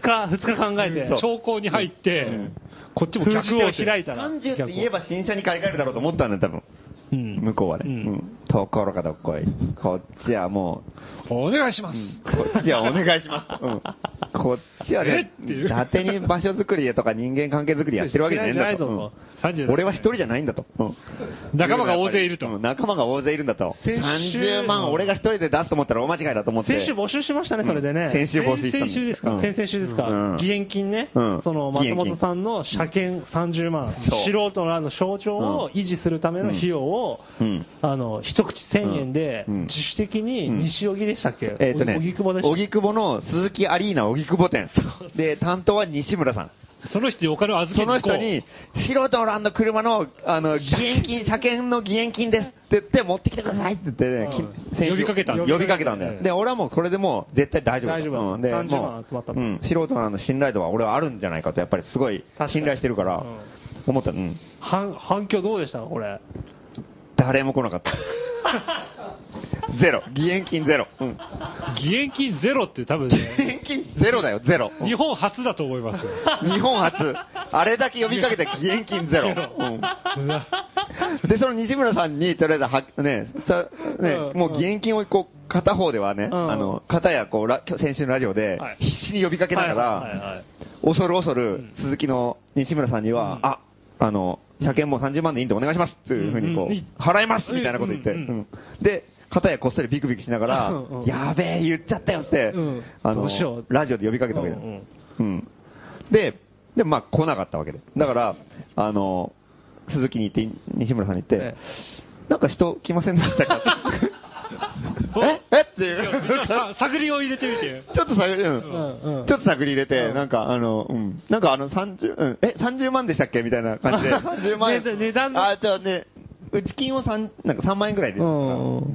日、二日考えてそう。 兆候に入って、んこっちも風逆をを開いたら。 30って言えば新車に買い替えるだろうと思ったんだよ、多分。うん向こうはね。ううんん。ところがどっこい。こっちはもう、お願いします。こっちはお願いします。うん。こっちはねえっていう、伊達に場所作りとか人間関係作りやってるわけじゃねえんだ知らないぞと。 30うん俺は一人じゃないんだと。うん仲間が大勢いるとうん仲間が大勢いるんだと。先週30万俺が一人で出すと思ったら大間違いだと思って。先週募集しましたね、それでね。うん先週募集したん先々週ですか、うん先々週ですか、うん義援金ね、うんその松本さんの車検30万、そう素人のあの象徴を維持するための費用を、うんあの一口1000円でうん自主的にうん西荻でしたっけ、えっとね、荻窪でした荻窪の鈴木アリーナ荻窪店。で、担当は西村さん。その人にお金を預けそに行このう。人に、素人のランド車の、あの、義援金、車検の義援金ですって言って、持ってきてくださいって言ってねうん、先週呼びかけたんだよ呼びかけたんだよ。うんで、俺はもうこれでもう絶対大丈夫だ。大丈夫だうんで、 30万もう集まったうん、素人のランド信頼度は俺はあるんじゃないかと、やっぱりすごい信頼してるからうん、思った。うん。反反響どうでしたか、これ。誰も来なかった。ゼロ。義援金ゼロ。うん。義援金ゼロって多分 義ね、援金ゼロだよ、ゼロ。うん日本初だと思いま すよ。日本初。あれだけ呼びかけて義援金ゼロ。うんうわ で、その西村さんに、とりあえずは、ね、さねう、んもう義援金をこう、片方ではね、んあの、片やこう、ラ先週のラジオではい、必死に呼びかけながはいはいはらい、恐る恐る、鈴木の西村さんには、あ、あの、車検も30万でいいんでお願いしますっていうふうにこうんうんう、払いますみたいなこと言って、うんうんうんうんで、片やこっそりビクビクしながら うんうん、やべえ、言っちゃったよってうん、あどのうしよう、ラジオで呼びかけたわけだようんうんうん。で、で、まあ来なかったわけで。だから、あの、鈴木に行って、西村さんに行って、えなんか人来ませんでした かええっていう。さ探りを入れてみて。ちょっと探り、うんうんうんちょっと探り入れて、なんかあの、うん。なんかあの30、うん、え、30万でしたっけみたいな 感じで。30万円。ね値段のあ、じゃあね、内金を3、なんか3万円ぐらいです。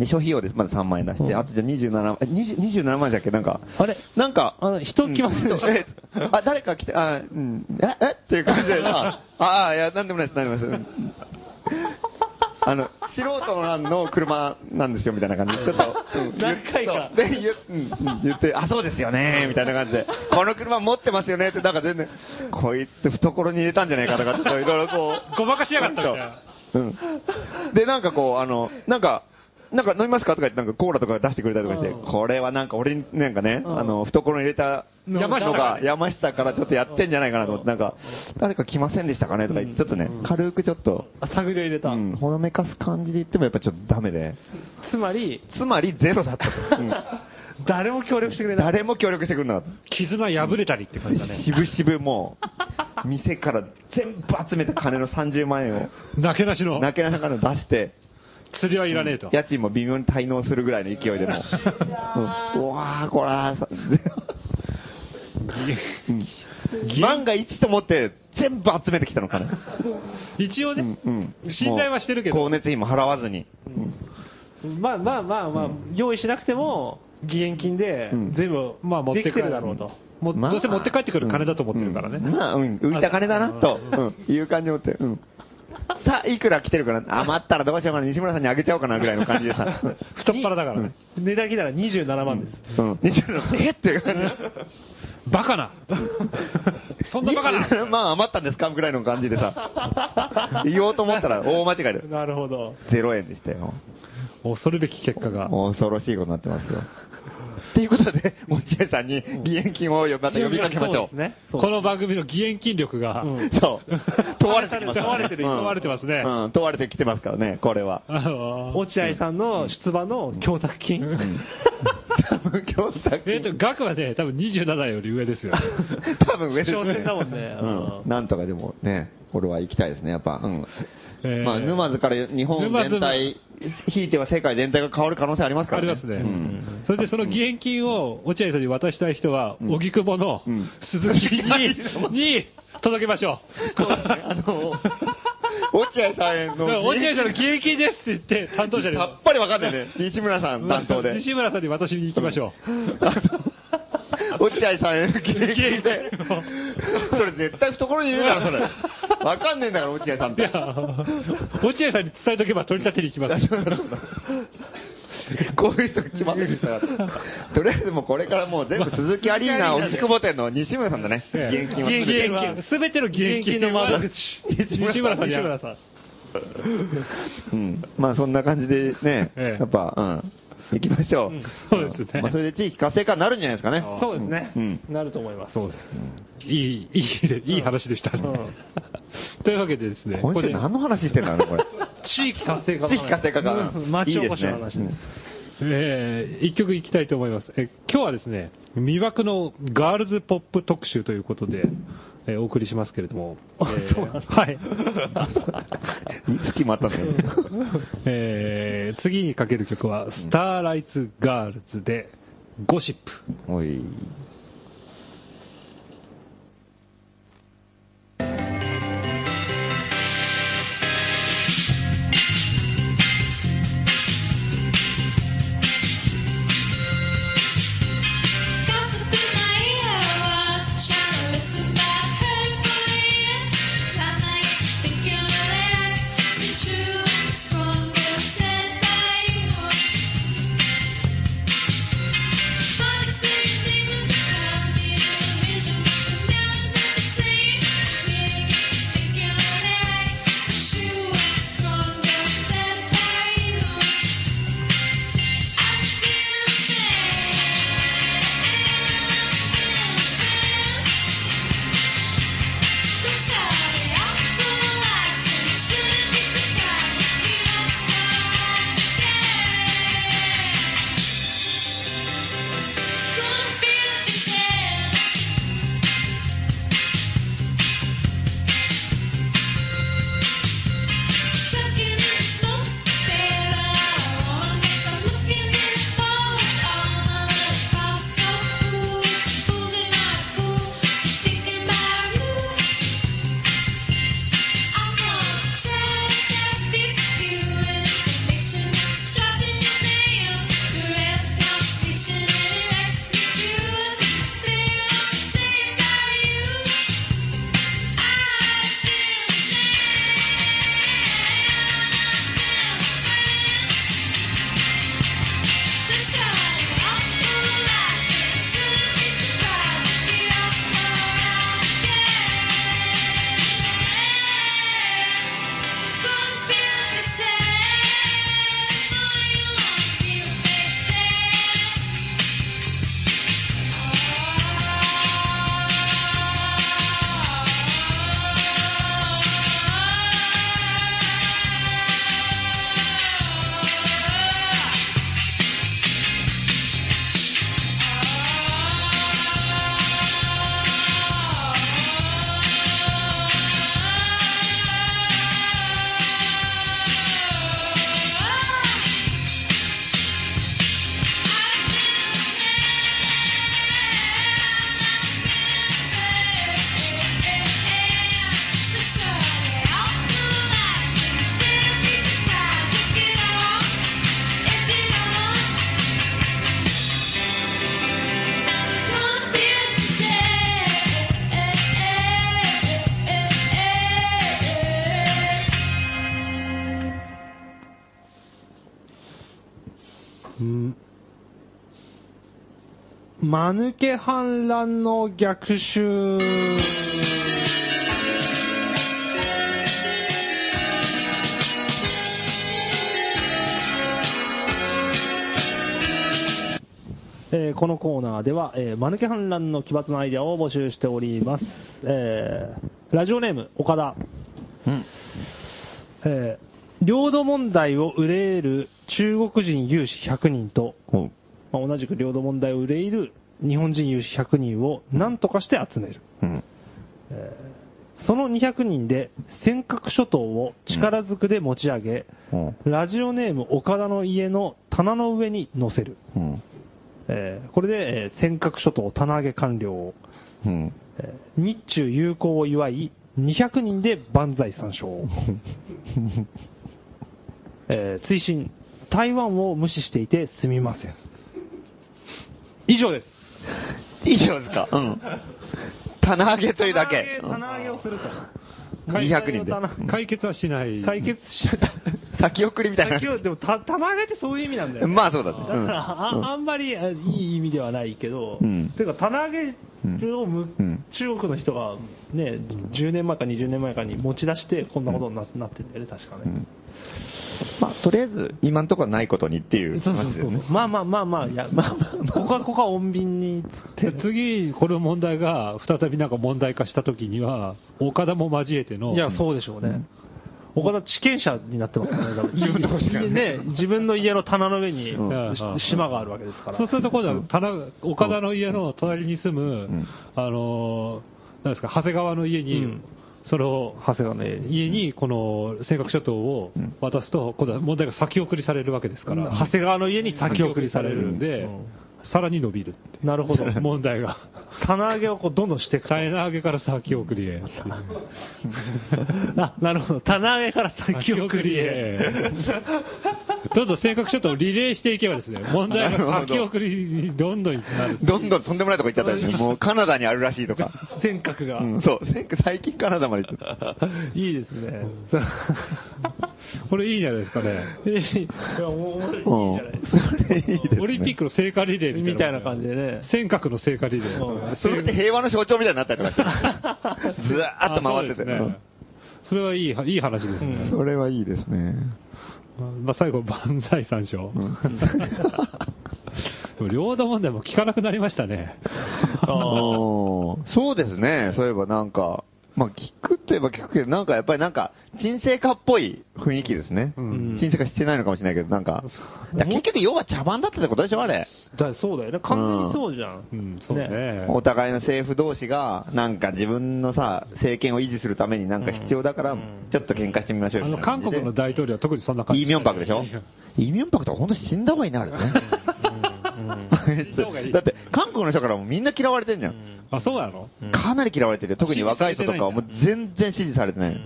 で、諸費用です。まず3万円出して、うんあとじゃあ27万、え20 27万じゃっけなんか。あれなんか、あの人来ませんでしたうんえあ、誰か来て、あ、うん、え、えっていう感じ で、あ、あ、あいや、なんでもないです、なんでもないです。うんあの、素人の欄の車なんですよ、みたいな感じ で。ちょっと、うん何回か言っそうで、言,、うんうん言って、あ、そうですよね、みたいな感じで、この車持ってますよね、って、なんか全然、こいつ懐に入れたんじゃないかとか、ちょっといろいろこう。ごまかしやがったみたいな。うん。で、なんかこう、あの、なんか、なんか飲みますかとか言って、なんかコーラとか出してくれたりとかして、うんこれはなんか俺に、なんかね、うんあの、懐に入れたの山下がが山下からちょっとやってんじゃないかなと思って、なんか、誰か来ませんでしたかねとか言って、ちょっとね、軽くちょっと、あ探りを入れうた。ん、ほのめかす感じで言ってもやっぱちょっとダメで、つまり、つまりゼロだったと。うん 誰も協力してくれない。誰も協力してくれなかっ絆破れたりって感じだた。ね。しぶしぶもう、店から全部集めた金の30万円なけなしを、のなけなかの出して、釣りはいらねえと。家賃も微妙に滞納するぐらいの勢いでもう。うんうわー、こらーさうん万が一と思って全部集めてきたのかな。一応うねんうん、信頼はしてるけもうど、光熱費も払わずに。まあまあまあまあ、用意しなくても、義援金でうん、全部、まあ持ってで帰るきてるだろうと。もうまあどうせ持って帰ってくる金だと思ってるからねうんまあ、うん、浮いた金だな、と、うん、いう感じで思って、うん。さあ、いくら来てるかな、余ったらどうしようかな、西村さんにあげちゃおうかな、ぐらいの感じでさ。太っ腹だからね。値段聞いたら27万です。うん、西村さん、えっていう感じで。バカ なそんなバカなまあ余ったんですかぐらいの感じで さ、言おうと思ったら大間違いだよ。なるほど。 0円でしたよ。恐るべき結果が。恐ろしいことになってますよ。っていうことで、落合さんに義援金をまた呼びかけましょう。ね。そうこの番組の義援金力が、うんそう。問われてきますからね問われてるうん問われてますねうん、問われてきてますからね、これは。あのー落合さんの出馬の供託金。多分、今日さっきえっと、額はね、多分27より上ですよ。多分上です少年だもんねうんう。んなんとかでもね、これは行きたいですね、やっぱ。うんえーまあ、沼津から日本沼津全体、ひいては世界全体が変わる可能性ありますかありらね。ますね。うんそれでその義援金を落合さんに渡したい人は、荻窪のうん鈴木に、 に届けましょう。あの、 落合さんだからの、落合さんの義援金ですって言って、担当者に。さっぱりわかんないね。西村さん担当 で。西村さんに渡しに行きましょう。落合さんへの経 験で。それ絶対懐にいるだろ、それ。わかんねえんだから、落合さんっいて。や、 落合さんに伝えとけば取り立てに行きます。こういう人決まってるから。とりあえずもうこれからもう全部鈴木アリーナ、荻窪店の西村さんだね。現金は全て。すべての義援金の窓口。西村さん、西村さん。うん。まあそんな感じでね、ええやっぱ、うん。行きましょう。そうですねまあそれで地域活性化になるんじゃないですかね。そうですねうん。なると思います。そうです。いい、いいで、いい話でしたね。うん というわけでですね、今ここ週で何の話してんだろうね、これ。地域活性化の話地域活性化かなうん町おこしの話いいでですすね。えー一曲いきたいと思います。え今日はですね、魅惑のガールズポップ特集ということで、えーお送りしますけれども、えーはい。 いつ決まったんだよ。えー次にかける曲は、スターライツガールズで、ゴシップ。おい。 Trying to listen back her career, time Oh, うん間抜け反乱の逆襲。えーこのコーナーでは、えー、間抜け反乱の奇抜なアイデアを募集しております。えーラジオネーム、岡田。うん。えー領土問題を憂える中国人有志100人と、うん。まあ、同じく領土問題を憂いる日本人有志100人を何とかして集める。うん。その200人で尖閣諸島を力ずくで持ち上げ、うん。ラジオネーム岡田の家の棚の上に載せる。うん。えーこれで、えー尖閣諸島棚上げ完了。うん。えー日中友好を祝い、200人で万歳 三唱。えー追伸、台湾を無視していてすみません。以上です。以上ですかうん。棚上げというだけ。うん棚上げをすると。 200人で解決の解決はしない。棚解決し 先送りみたい先な。を、でもた棚上げってそういう意味なんだよ、ね。まあそうだね。だから、ああんまりあいい意味ではないけど、うんていうか、棚上げをむ、うん中国の人が、ね、10年前か20年前かに持ち出して、こんなことにな,、なってんだよね、確かうね。ん。まあとりあえず、今んところはないことにっていうそうそう話でそすうね。まあまあまあまあ、いや、まあまあまあ、ここは、ここは穏便に、で次、この問題が再びなんか問題化したときには、岡田も交えての、いや、そうでしょうね。岡田地権者になってますからね、多 分自分の星からねね自分の家の棚の上に、うんし島があるわけですから。そうすると今度は田中、岡田の家の隣に住む、んあのーなんですか、長谷川の家に、うんその、長谷川の家に家にこの尖閣諸島を渡すと、今度は問題が先送りされるわけですから、長谷川の家に先先送送りりさされれるるんんで、で、うんさらに伸びるってなる ほど。問題が。 棚上げをこうどんどんしていくと。大変上げから先送りへ。あ、なるほど。 棚上げから先送りへ。どんどん尖閣諸島をリレーしていけば ですね、問題が先送りにどんどんなる。どんどんとんでもないとこ行っちゃったりして、もうカナダにあるらしいとか。尖閣が。うん、そう。最近カナダまで行った。いいですね。 これいいんじゃないですかね。いや、もう、いいじうんゃないですか。それいいですね。オリンピックの聖火リレーみたいな。みたいな感じでね。尖閣の聖火リレー。それって平和の象徴みたいになったりと かして。ずわーっと回ってあそうですて。ね。それはいい、いい話ですね。それはいいですね。まあ最後、万歳三唱。 でも領土問題も聞かなくなりましたね。 おーそうですね。そういえばなんか、まあ聞くといえば聞くけど、なんかやっぱりなんか、沈静化っぽい雰囲気ですね。うん沈静化してないのかもしれないけど、なんか。いや結局要は茶番だったってことでしょ、あれ。だそうだよね。完全にそうじゃん。うん、そうね。お互いの政府同士が、なんか自分のさ、政権を維持するためになんか必要だから、ちょっと喧嘩してみましょうあみの、たいな感韓じで。国の大統領は特にそんな感じ。イ・ミョンパクでしょ イ・ミョンパクとか本当死んだ方がいいな、あれね。あいつ だって、韓国の人からもみんな嫌われてんじゃん。あ、そうなのかなり嫌われてるよ。特に若い人とかはもう全然支持されてない。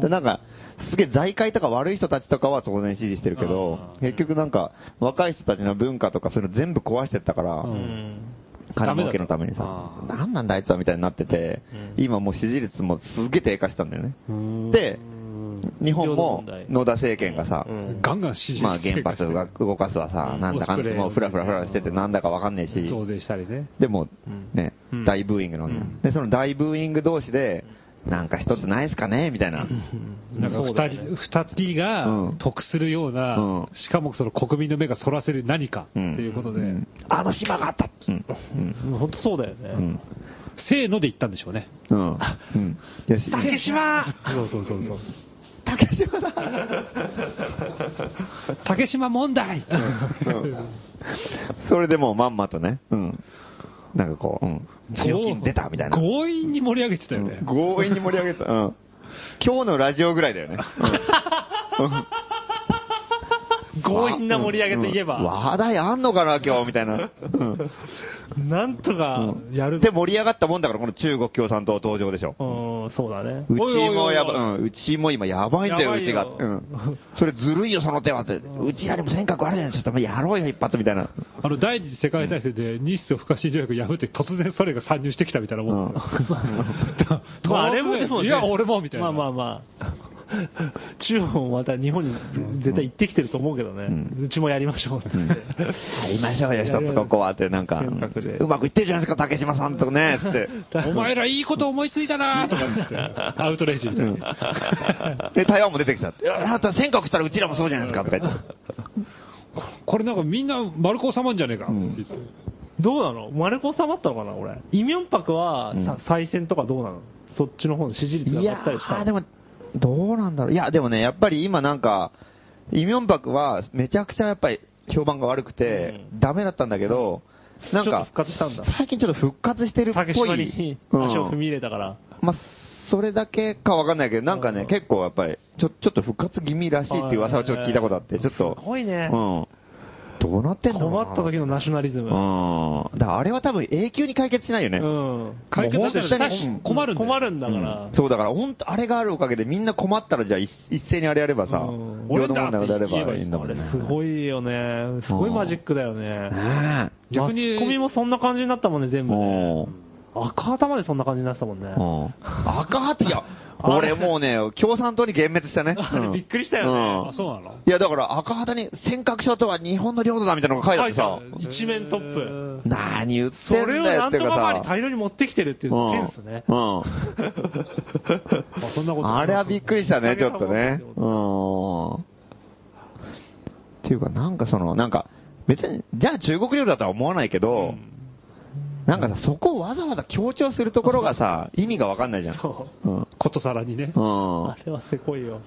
でなんか、すげえ財界とか悪い人たちとかは当然支持してるけど、結局なんか、若い人たちの文化とかそういうの全部壊してったから、うん。金儲けのためにさ、なんなんだあいつはみたいになってて、今もう支持率もすげえ低下したんだよね。で、日本も野田政権がさ、ガンガン支 持まあ原発が動かすはさ、なんだかんだ、もうふらふらふらしててなんだかわかんねえし、増税したりね。でもね、大ブーイングの、で、その大ブーイング同士で、なんか一つないっすかねみたいな。なんか二人、二人うがん得するよううんな、しかもその国民の目がそらせる何かってうんいうことで、あの島があったうん。うんもう本当そうだようね。ん。せーので言ったんでしょうね。うん。うん。よし。竹島そうそうそうそう。竹島だ。 竹島問題それでもうまんまとね、うん。なんかこう、うん。強気に出たみたいな。強引に盛り上げてたよね。強引に盛り上げた。うん。今日のラジオぐらいだ よね。強引な盛り上げといえうんば、話題あんのかな、今日、みたいな。うんなんとかやるぞで、。盛り上がったもんだから、この中国共産党登場でしょう。ん、そうだね。うちおいおいおいおもいやば、うん、うちも今やばいんだよ、やばういちが。ようん。それずるいよ、その手はって。うちらにも尖閣あるじゃん、ちょっとやろうよ、一発、みたいな。あの、第二次世界大戦で日ソ不可侵条約破って突然それが参入してきたみたいなもんですよ。 まああれもでもねいや、俺もみたいな。まあまあまあ。中国もまた日本に絶対行ってきてると思うけどね、ううちもやりましょうって。やりましょうよ、一つここはって、なんか、変革でうまくいってるじゃないですか、竹島さんとね、つ って。お前らいいこと思いついたなーとか言って、 アウトレイジみたいな。で、台湾も出てきた。いやあと尖閣したらうちらもそうじゃないですか、とか言って。これなんかみんな丸く収まんじゃねえかって言って。どうなの丸子収まったのかな、俺。イ・ミョンパクはさ、うん再選とかどうなのそっちの方の支持率いが上やがったりしたのー、でも、どうなんだろう。いや、でもね、やっぱり今なんか、イ・ミョンバクはめちゃくちゃやっぱり評判が悪くて、ダメだったんだけど、なんちょっとか復、活したんだ。最近ちょっと復活してるっ竹ぽ島いに。う足を踏みん入れたから。まあ、それだけかわかんないけど、なんかうね、ん結構やっぱり、ちょ、ちょっと復活気味らしいっていう噂をちょっと聞いたことあって、ちょっとす、ごいうねん。。どうなってんだろう困なった時のナショナリズうム。ん。だからあれは多分永久に解決しないよね。うん。解決したらもう困るんだよ困るんだから。そうだから、本当あれがあるおかげでみんな困ったら、じゃあ一一斉にあれやればさうん、平等問題がやればいいんだもんね。すごいよね。すごいマジックだよね。ねえマ逆スにコミもそんな感じになったもんね、全部ね。赤旗までそんな感じになってたもんね。うん赤旗、いや、俺もうね、共産党に幻滅したね。あれうんびっくりしたよねうんあ、そうなのいや、だから赤旗に尖閣諸島は日本の領土だみたいなのが書いてあってさ、一面トップ。何言ってそんれをだよなっんてというかかまにさ、大量に持ってきてるっていううんセンスね。 うんあそんなことあれはびっくりしたね、ちょっとね。うーん。っていうか、なんかその、なんか、別に、じゃあ中国領だとは思わないけど、なんかさ、そこをわざわざ強調するところがさ、意味がわかんないじゃん。そうん。ことさらにね。うんあ。れはせこいよ。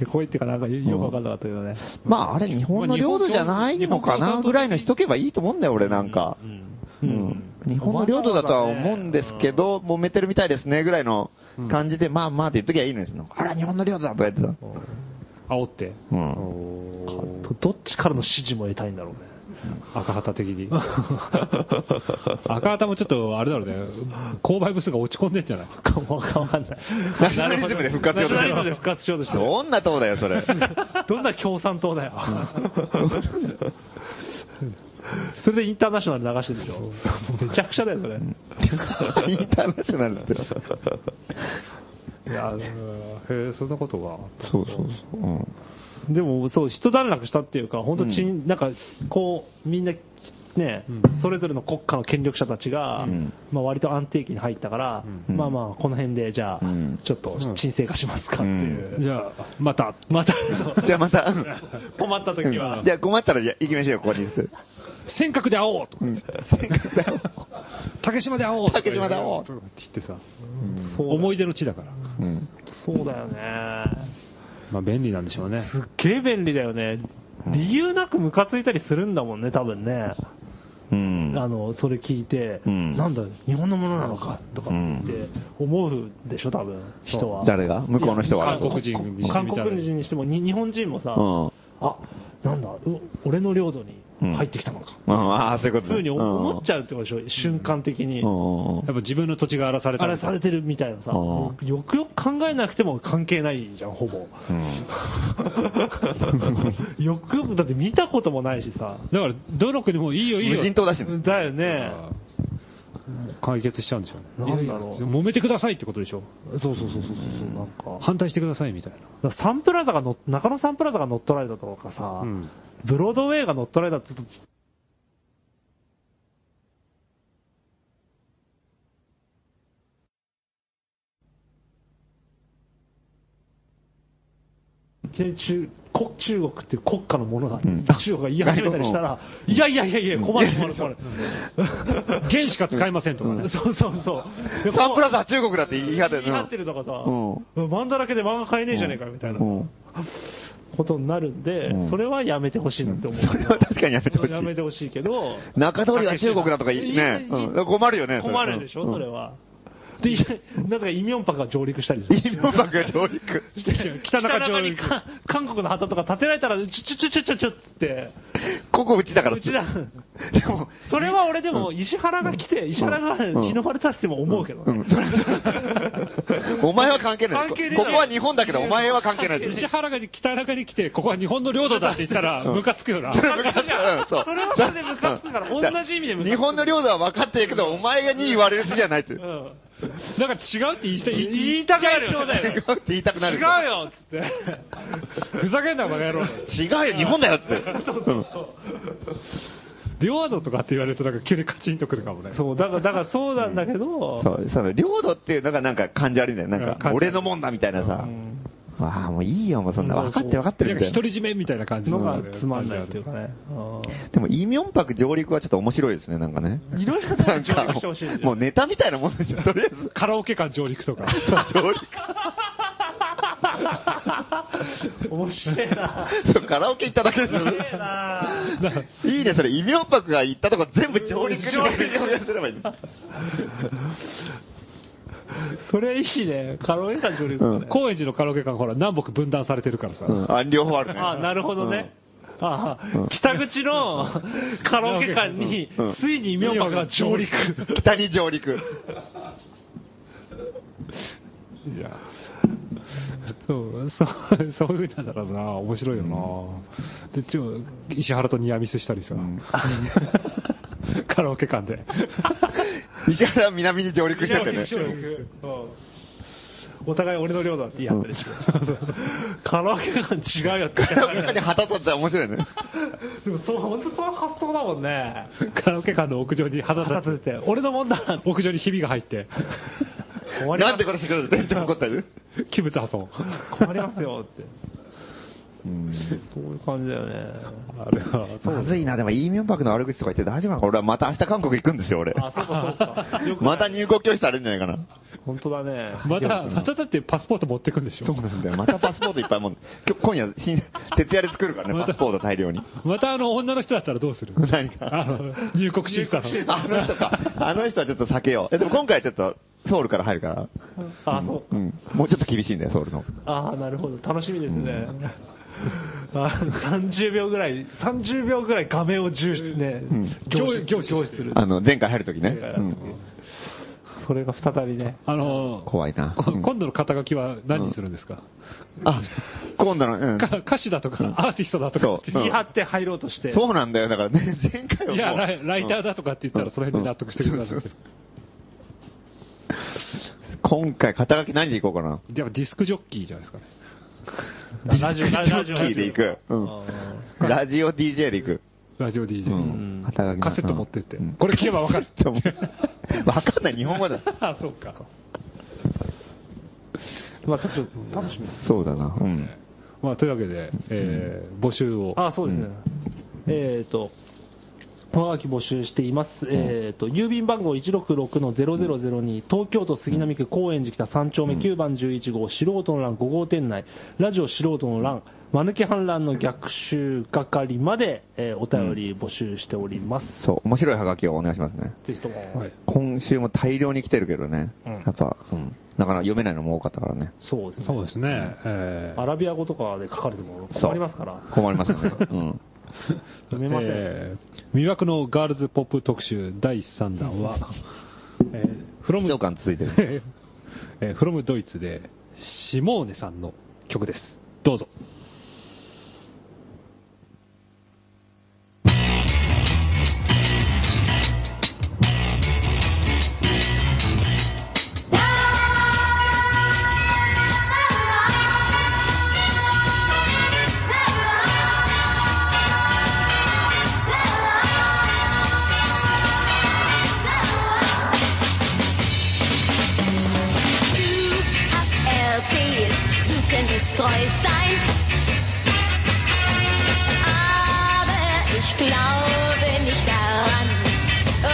せこいっていうかなんかよくわかんなかったけどね。まあ、あれ日本の領土じゃないのかなぐらいのしとけばいいと思うんだよ、俺なんか。うん日本の領土だとは思うんですけど、揉めてるみたいですね、ぐらいの感じで、まあまあって言っときゃいいのにさ、あら、日本の領土だとか言ってさ。煽って。うん。どどっちからの指示も得たいんだろうね。赤旗的 に。赤旗もちょっと、あれだろうね。購買部数が落ち込んでんじゃないかもわかんない。ナショナリズムで復活しようとしてナショナリズムでる。復活しようとしてる。どんな党だよ、そ れ。どんな共産党だよ。それでインターナショナル流してるでしょ。めちゃくちゃだよ、それ。インターナショナルって。いや、うんへえ、そんなことが。そうそうそう。うん。でも、そう、一段落したっていうか、本当ち、、うんなんか、こう、みんな、ね、うんそれぞれの国家の権力者たちが、うんまあ割と安定期に入ったから、うんまあまあ、この辺で、じゃあ、うんちょっと沈静化しますかっていう。じゃあ、また。また、じゃあまた、うん困った時は、じゃあ困ったら、じゃあ行きましょうよ、ここに。 尖閣で会おうとかうん竹島で会おうとか竹島で会おうとかって言ってさ、そう思い出の地だから。うんそうだよね。まあ便利なんでしょうね。すっげえ便利だよね。理由なくムカついたりするんだもんね、多分ね。うんあの、それ聞いて、うんなんだ、日本のものなのか、とかって思うでしょ、多分、人は。誰が向こうの人は。韓国人にしてみたら韓国人にしても、に日本人もさ、うん。あ、なんだ、う俺の領土に入ってきたのか、うんああ、そういうことふうに思っちゃゃうってことでしょ、瞬間的に。うん。やっぱ自分の土地が荒らされたありれされてるみたいなさ、ようくよく考えなくても関係ないじゃん、ほぼ。うん よくよく、だって見たこともないしさ。だから、どの国もいいよいいよ。無人島だしね。だよね。解決しちゃうんでしょうね。なんだろういやいや揉めてくださいってことでしょ。そうそうそうそうそう、なんか。反対してくださいみたいな。だからサンプラザがの、中野サンプラザが乗っ取られたとかさ、うんブロードウェイが乗っ取られたって言うといきなり中こ中国っていう国家のものだって、うん中国が言い始めたりしたら、いやいやいやいや、困る困る困る。弦しか使えませんとかね。 そうそうそう。サンプラザは中国だって言い張ってる言い張ってるとかさ、う漫画だけで漫画買えねえじゃねえかみたいなうんことになるんで、うんそれはやめてほしいなっ て思う。それは確かにやめてほしやめい。てほしいけど、中通りは中国だとか言いいやねい。やうん困るよね。それ困るでしょ、うんそれは。で、いやなぜかイ・ミョンパクが上陸したりするインドバが上陸。北中にか韓国の旗とか立てられたら、ちょちょちょちょちょちょっつって、ここうちだから。うちだ。でも、そ れは俺でも、石原が来て、石原が日の丸立つっても思うけどうね。ん。それお前は関係ない。関係ねえここだろこは日本だけど、お前は関係ない。石原が北中に来て、ここは日本の領土だって言っ たら、ムカつくような。んそうそれはそれでムカつくからうん同じ意味でムカつく日本の領土は分かってるけど、お前がに言われる筋じゃないって。違ううんなんか違うって言いたい、言いたくなるよ言っちゃいそうだよって 言いたくな違る。うよっつって。ふざけんな、バカ野郎。違うよ、日本だよ って。うん領土とかって言われると、なんか急にカチンとくるかもね。そう、だから、だからそうなんだけど、そう、その領土っていうのがなんか感じ悪いんだよ。なうんん感か、じ俺のもんだみたいなさう。んわあ、もういいよ、もうそんな。分かって分かってるみたなんいかな独。り占めみたいな感じのがつまんないっていうかね。うんでも、イミョンパク上陸はちょっと面白いですね、なんかね。いろいろななんんかかしてほしいですよ、もうネタみたいなもんですよ、とりあえず。カラオケ館上陸とか。上陸面白いな。 そうカラオケ行っただけですよ。面白いないいね、それ。イミョンパクが行ったとこ全部上陸にお願いすればいい。それいいね。カロリー感上陸ね。高円寺のカラオケ館、ほら、南北分断されてるからさ。うん、あ両方あるね。あ、なるほどね。あ北口のカラオケ館にうん、ついに妙馬が上陸。 北に上陸。いや。そう、そう、 そういうふうなんだろうな。面白いよな。で、ちょ、石原とニアミスしたりさ。 カラオケ館で。西原は南に上陸しててね。お互い俺の領土だって言い合ったりして。カラオケ館違うよってカラオケ館に旗取ったら面白いね。でもそう、本当その発想だもんね。カラオケ館の屋上に肌立立てて、俺のもんだ。つ。屋上にひびが入 って。終わりなんまてことしてくれる店長怒ったる。器物破損。す困りますよって。うんそういう感じだよね。あれは、まずいな、でも、イーミョンパクの悪口とか言って大丈夫なのか俺はまた明日韓国行くんですよ、俺。あ、そうかそうか。よくまた入国拒否されるんじゃないかな。本当だね。また、まただってパスポート持ってくんでし ょ。なんだよ。またパスポートいっぱいもん。今日今夜、深 徹夜で作るからね、パスポート大量に。またあの、女の人だったらどうする何か。あの、入国審査の。あの人か。あの人はちょっと避けよう。え、でも今回ちょっと、ソウルから入るから。あ、そうう。ん。もうちょっと厳しいんだよ、ソウルの。ああ、なるほど。楽しみですね。あ30秒ぐらい、30秒ぐらい画面を重視ねん、凝視凝視する。あの、前回入るときね。うん。それが再びね。あの、怖いな。こうん今度の肩書きは何にするんですか、あ、今度の、うん。か歌手だとか、アーティストだとかってうん言い張って入ろうとして。そうなんだよ。だからね、前回はもう。いやライ、ライターだとかって言ったら、その辺で納得してください。今回、肩書き何でいこうかな。じゃあ、ディスクジョッキーじゃないですかね。ラジオ、ラジオ、ジョッキーで行く。うラジんオ。あラジオ DJ で行く。ラジオ DJ。うん肩書きなカセット持ってってうん。これ聞けばわかる。でもわかんない、日本語だ。あ、 そうか。ーまあ、ちょっと楽しみです。そうだな。うん。まあ、というわけで、えー募集を。あ、そうですね。えっ、と、おはがき募集しています。えっ、と、郵便番号166-0002、東京都杉並区高円寺北3丁目9番11号、素人の欄5号店内、ラジオ素人の欄、間抜け反乱の逆襲係まで、えーお便り募集しております。そう、面白いハガキをお願いしますね。ぜひとも。はい今週も大量に来てるけどね。うんやっぱ、うん。なかなか読めないのも多かったからね。そうですそね。うですね。えーアラビア語とかで書かれてもそう困りますから。困ります よね。うん。読めません。えー魅惑のガールズポップ特集第3弾は、 えー、ロム感続いてる。えー、from ドイツで、シモーネさんの曲です。どうぞ。 Du hast erzählt, du könntest treu sein. Oh, Oh, Oh,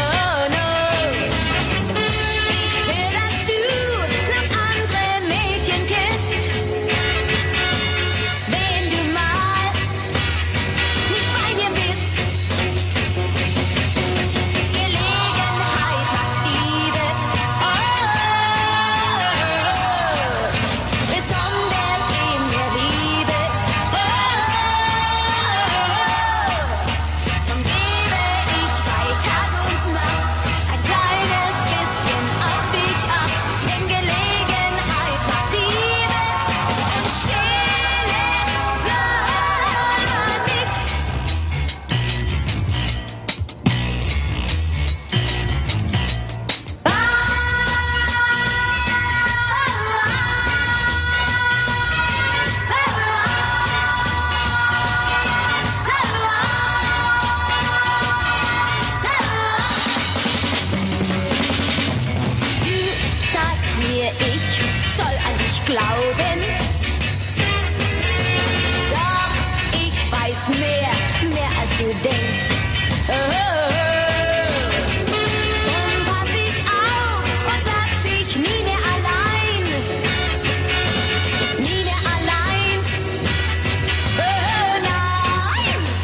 Oh, Oh, oh. oh,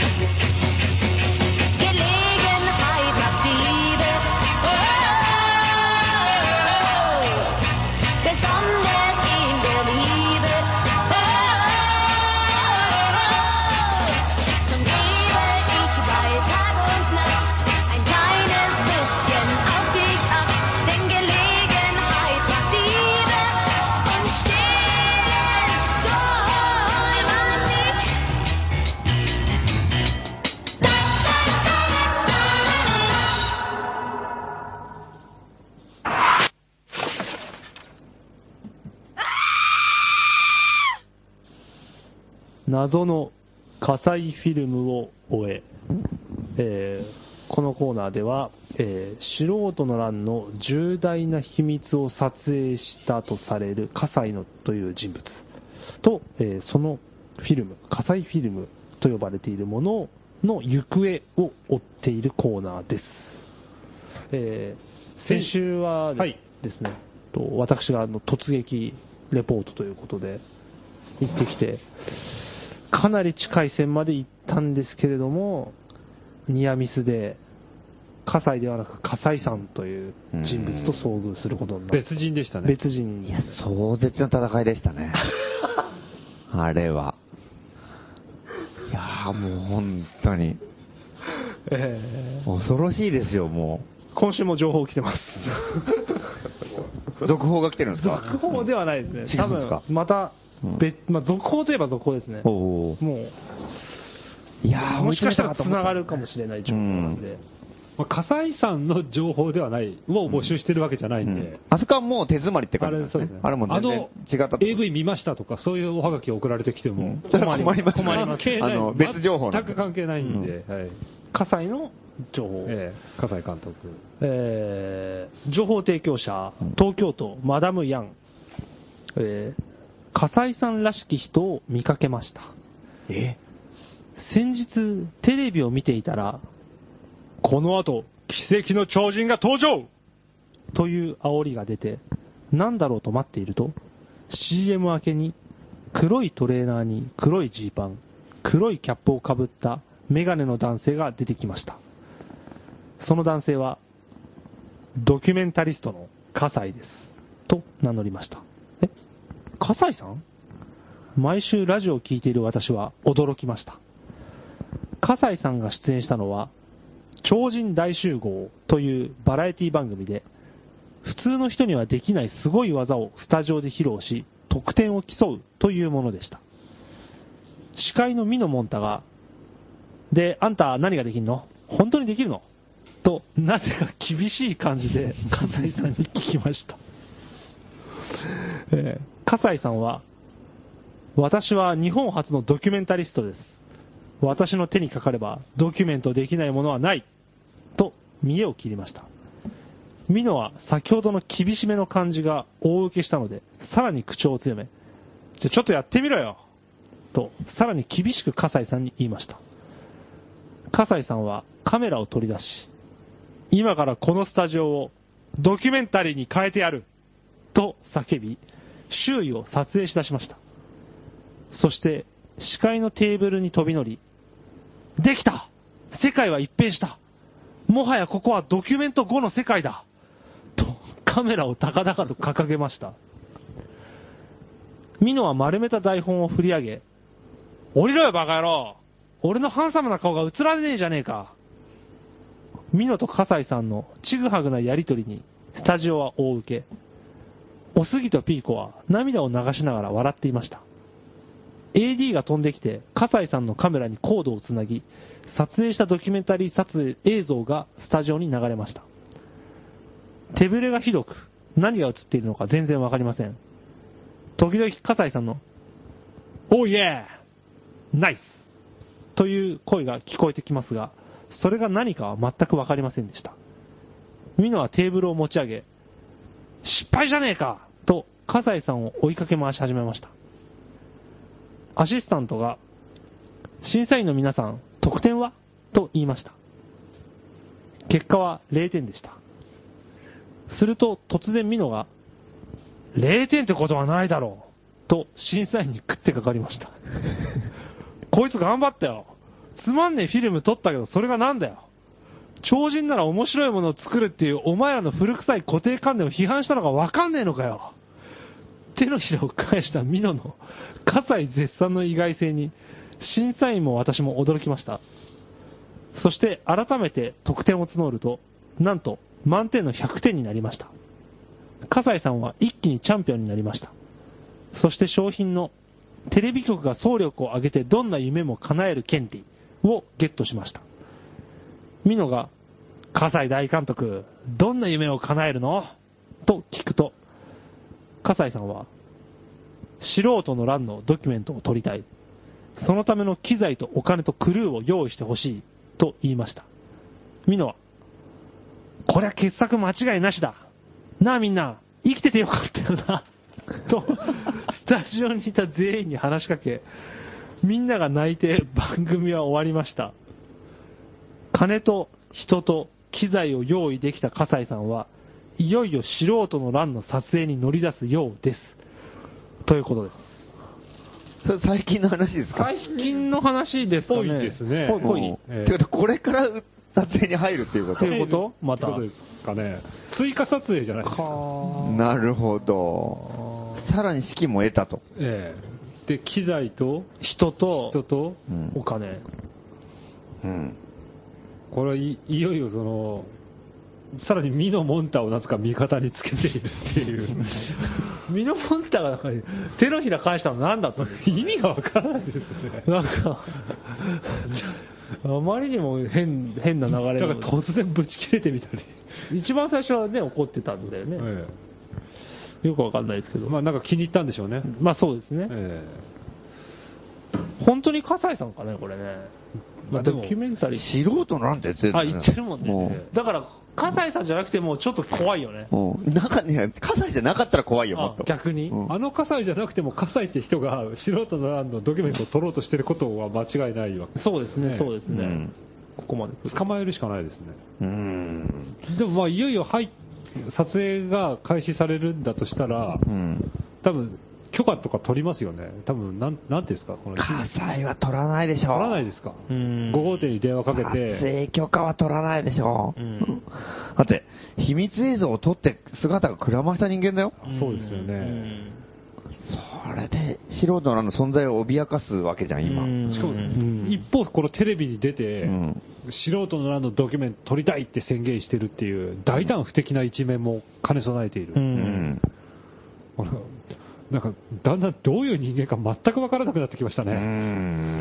謎の火災フィルムを終え、えーこのコーナーでは、えー素人の乱の重大な秘密を撮影したとされる火災のという人物と、えーそのフィルム火災フィルムと呼ばれているものの行方を追っているコーナーです、えー先週はではいですね、と私があの突撃レポートということで行ってきてかなり近い線まで行ったんですけれどもニアミスで葛西ではなく葛西さんという人物と遭遇することになって別人でしたね。別人に壮絶な戦いでした ね。あれは。いやーもう本当に。え恐ろしいですよ、もー今週も情報来てますう。続報が来てるんですか続報ではない ですね違多うんですか分またうん別、まあ、続報といえば続報ですねおもお。ういやー、もしかしたら追いつ詰めなたがるかもしれない情報なんで、まあ、笠井さんの情報ではない、を募集してるわけじゃないんで、うんあそこはもう手詰まりってあ感じなんれですそうねですね。あれも全然違ったとあの AV 見ましたとか、そういうおはがき送られてき ても、それは困りますね関係ないあの別情報なん全でく関係ないんで、はい葛西の情報、ええ笠井監督、えー情報提供者、東京都マダムヤン、えー、笠井さんらしき人を見かけました。え先日、テレビを見ていたら、この後、奇跡の超人が登場という煽りが出て、なんだろうと待っていると、CM 明けに、黒いトレーナーに黒いジーパン、黒いキャップをかぶったメガネの男性が出てきました。その男性は、ドキュメンタリストの葛西です。と名乗りました。え葛西さん毎週ラジオを聞いている私は驚きました。葛西さんが出演したのは、超人大集合というバラエティ番組で、普通の人にはできないすごい技をスタジオで披露し、得点を競うというものでした。司会の美野もんたが、で、あんた何ができんの本当にできるのと、なぜか厳しい感じで、葛西さんに聞きました。えー葛西さんは、私は日本初のドキュメンタリストです。私の手にかかればドキュメントできないものはないと見栄を切りました美濃は先ほどの厳しめの感じが大受けしたのでさらに口調を強めじゃあちょっとやってみろよとさらに厳しく葛西さんに言いました葛西さんはカメラを取り出し今からこのスタジオをドキュメンタリーに変えてやると叫び周囲を撮影しだしましたそして、視界のテーブルに飛び乗り、できた世界は一変したもはやここはドキュメント5の世界だと、カメラを高々と掲げました。ミノは丸めた台本を振り上げ、降りろよバカ野郎俺のハンサムな顔が映らねえじゃねえかミノと葛西さんのちぐはぐなやりとりに、スタジオは大受け。おすぎとピーコは涙を流しながら笑っていました。AD が飛んできて、笠井さんのカメラにコードをつなぎ、撮影したドキュメンタリー撮影映像がスタジオに流れました。手ぶれがひどく、何が映っているのか全然わかりません。時々笠井さんの、おーイエーナイスという声が聞こえてきますが、それが何かは全くわかりませんでした。ミノはテーブルを持ち上げ、失敗じゃねえかと、笠井さんを追いかけ回し始めました。アシスタントが、審査員の皆さん、得点はと言いました。結果は0点でした。すると突然ミノが、0点ってことはないだろうと審査員に食ってかかりました。こいつ頑張ったよ。つまんねえフィルム撮ったけどそれがなんだよ。超人なら面白いものを作るっていうお前らの古臭い固定観念を批判したのがわかんねえのかよ。手のひらを返したミノの葛西絶賛の意外性に審査員も私も驚きましたそして改めて得点を募るとなんと満点の100点になりました葛西さんは一気にチャンピオンになりましたそして商品のテレビ局が総力を挙げてどんな夢も叶える権利をゲットしましたミノが葛西大監督どんな夢を叶えるのと聞くと葛西さんは素人の乱のドキュメントを撮りたいそのための機材とお金とクルーを用意してほしいと言いました。ミノは、こりゃ傑作間違いなしだ。なあみんな、生きててよかったよな。と、スタジオにいた全員に話しかけ、みんなが泣いて番組は終わりました。金と人と機材を用意できた笠井さんは、いよいよ素人の乱の撮影に乗り出すようです。ということです。それ最近の話ですか最近の話ですかね。ぽいですねぽいぽいうんええてことこれから撮影に入るっていうことということまたということですかね。追加撮影じゃないですか。かなるほど。さらに資金も得たと。ええで、機材と人と人と、うんお金。うん。これはい、いよいよその、さらにミノモンタをなぜか味方につけているっていう。 ミノモンタがなんか手のひら返したのなんだと。意味がわからないですね。なんか、あまりにも変変な流れだからの突然ぶち切れてみたり。一番最初はね、怒ってたんだよね。えよくわかんないですけえど。まあなんか気に入ったんでしょうね。まあそうですね。え本当に葛西さんかね、これね。まあでドもキュメンタリー。素人なんて言ってるあ、言ってるもんねう。だから、葛西さんじゃなくてもちょっと怖いよね。うん。なんかね、葛西じゃなかったら怖いよ、もっあと。逆に。うんあの葛西じゃなくても葛西って人が素人の欄のドキュメントを取ろうとしてることは間違いないわけそうですねね、そうですうねん。ここまで来る捕まえるしかないですね。うん。でもまあいよいよ入っ撮影が開始されるんだとしたら、うん。多分許可とか取りますよね、多分なんなんていうんですか、この取葛西は取らないでしょ。らないですか、うん5号店に電話かけ撮て、影許可は取らないでしょ。うんだって、秘密映像を撮って姿がくらました人間だよ。そうですよねそれで、素人のあの存在を脅かすわけじゃん、今。うんしかも、うん一方、このテレビに出て、うん素人の欄のドキュメント撮りたいって宣言してるっていう、大胆不敵な一面も兼ね備えている、う。うんん。これ なんかだんだんどういう人間か全く分からなくなってきましたうね。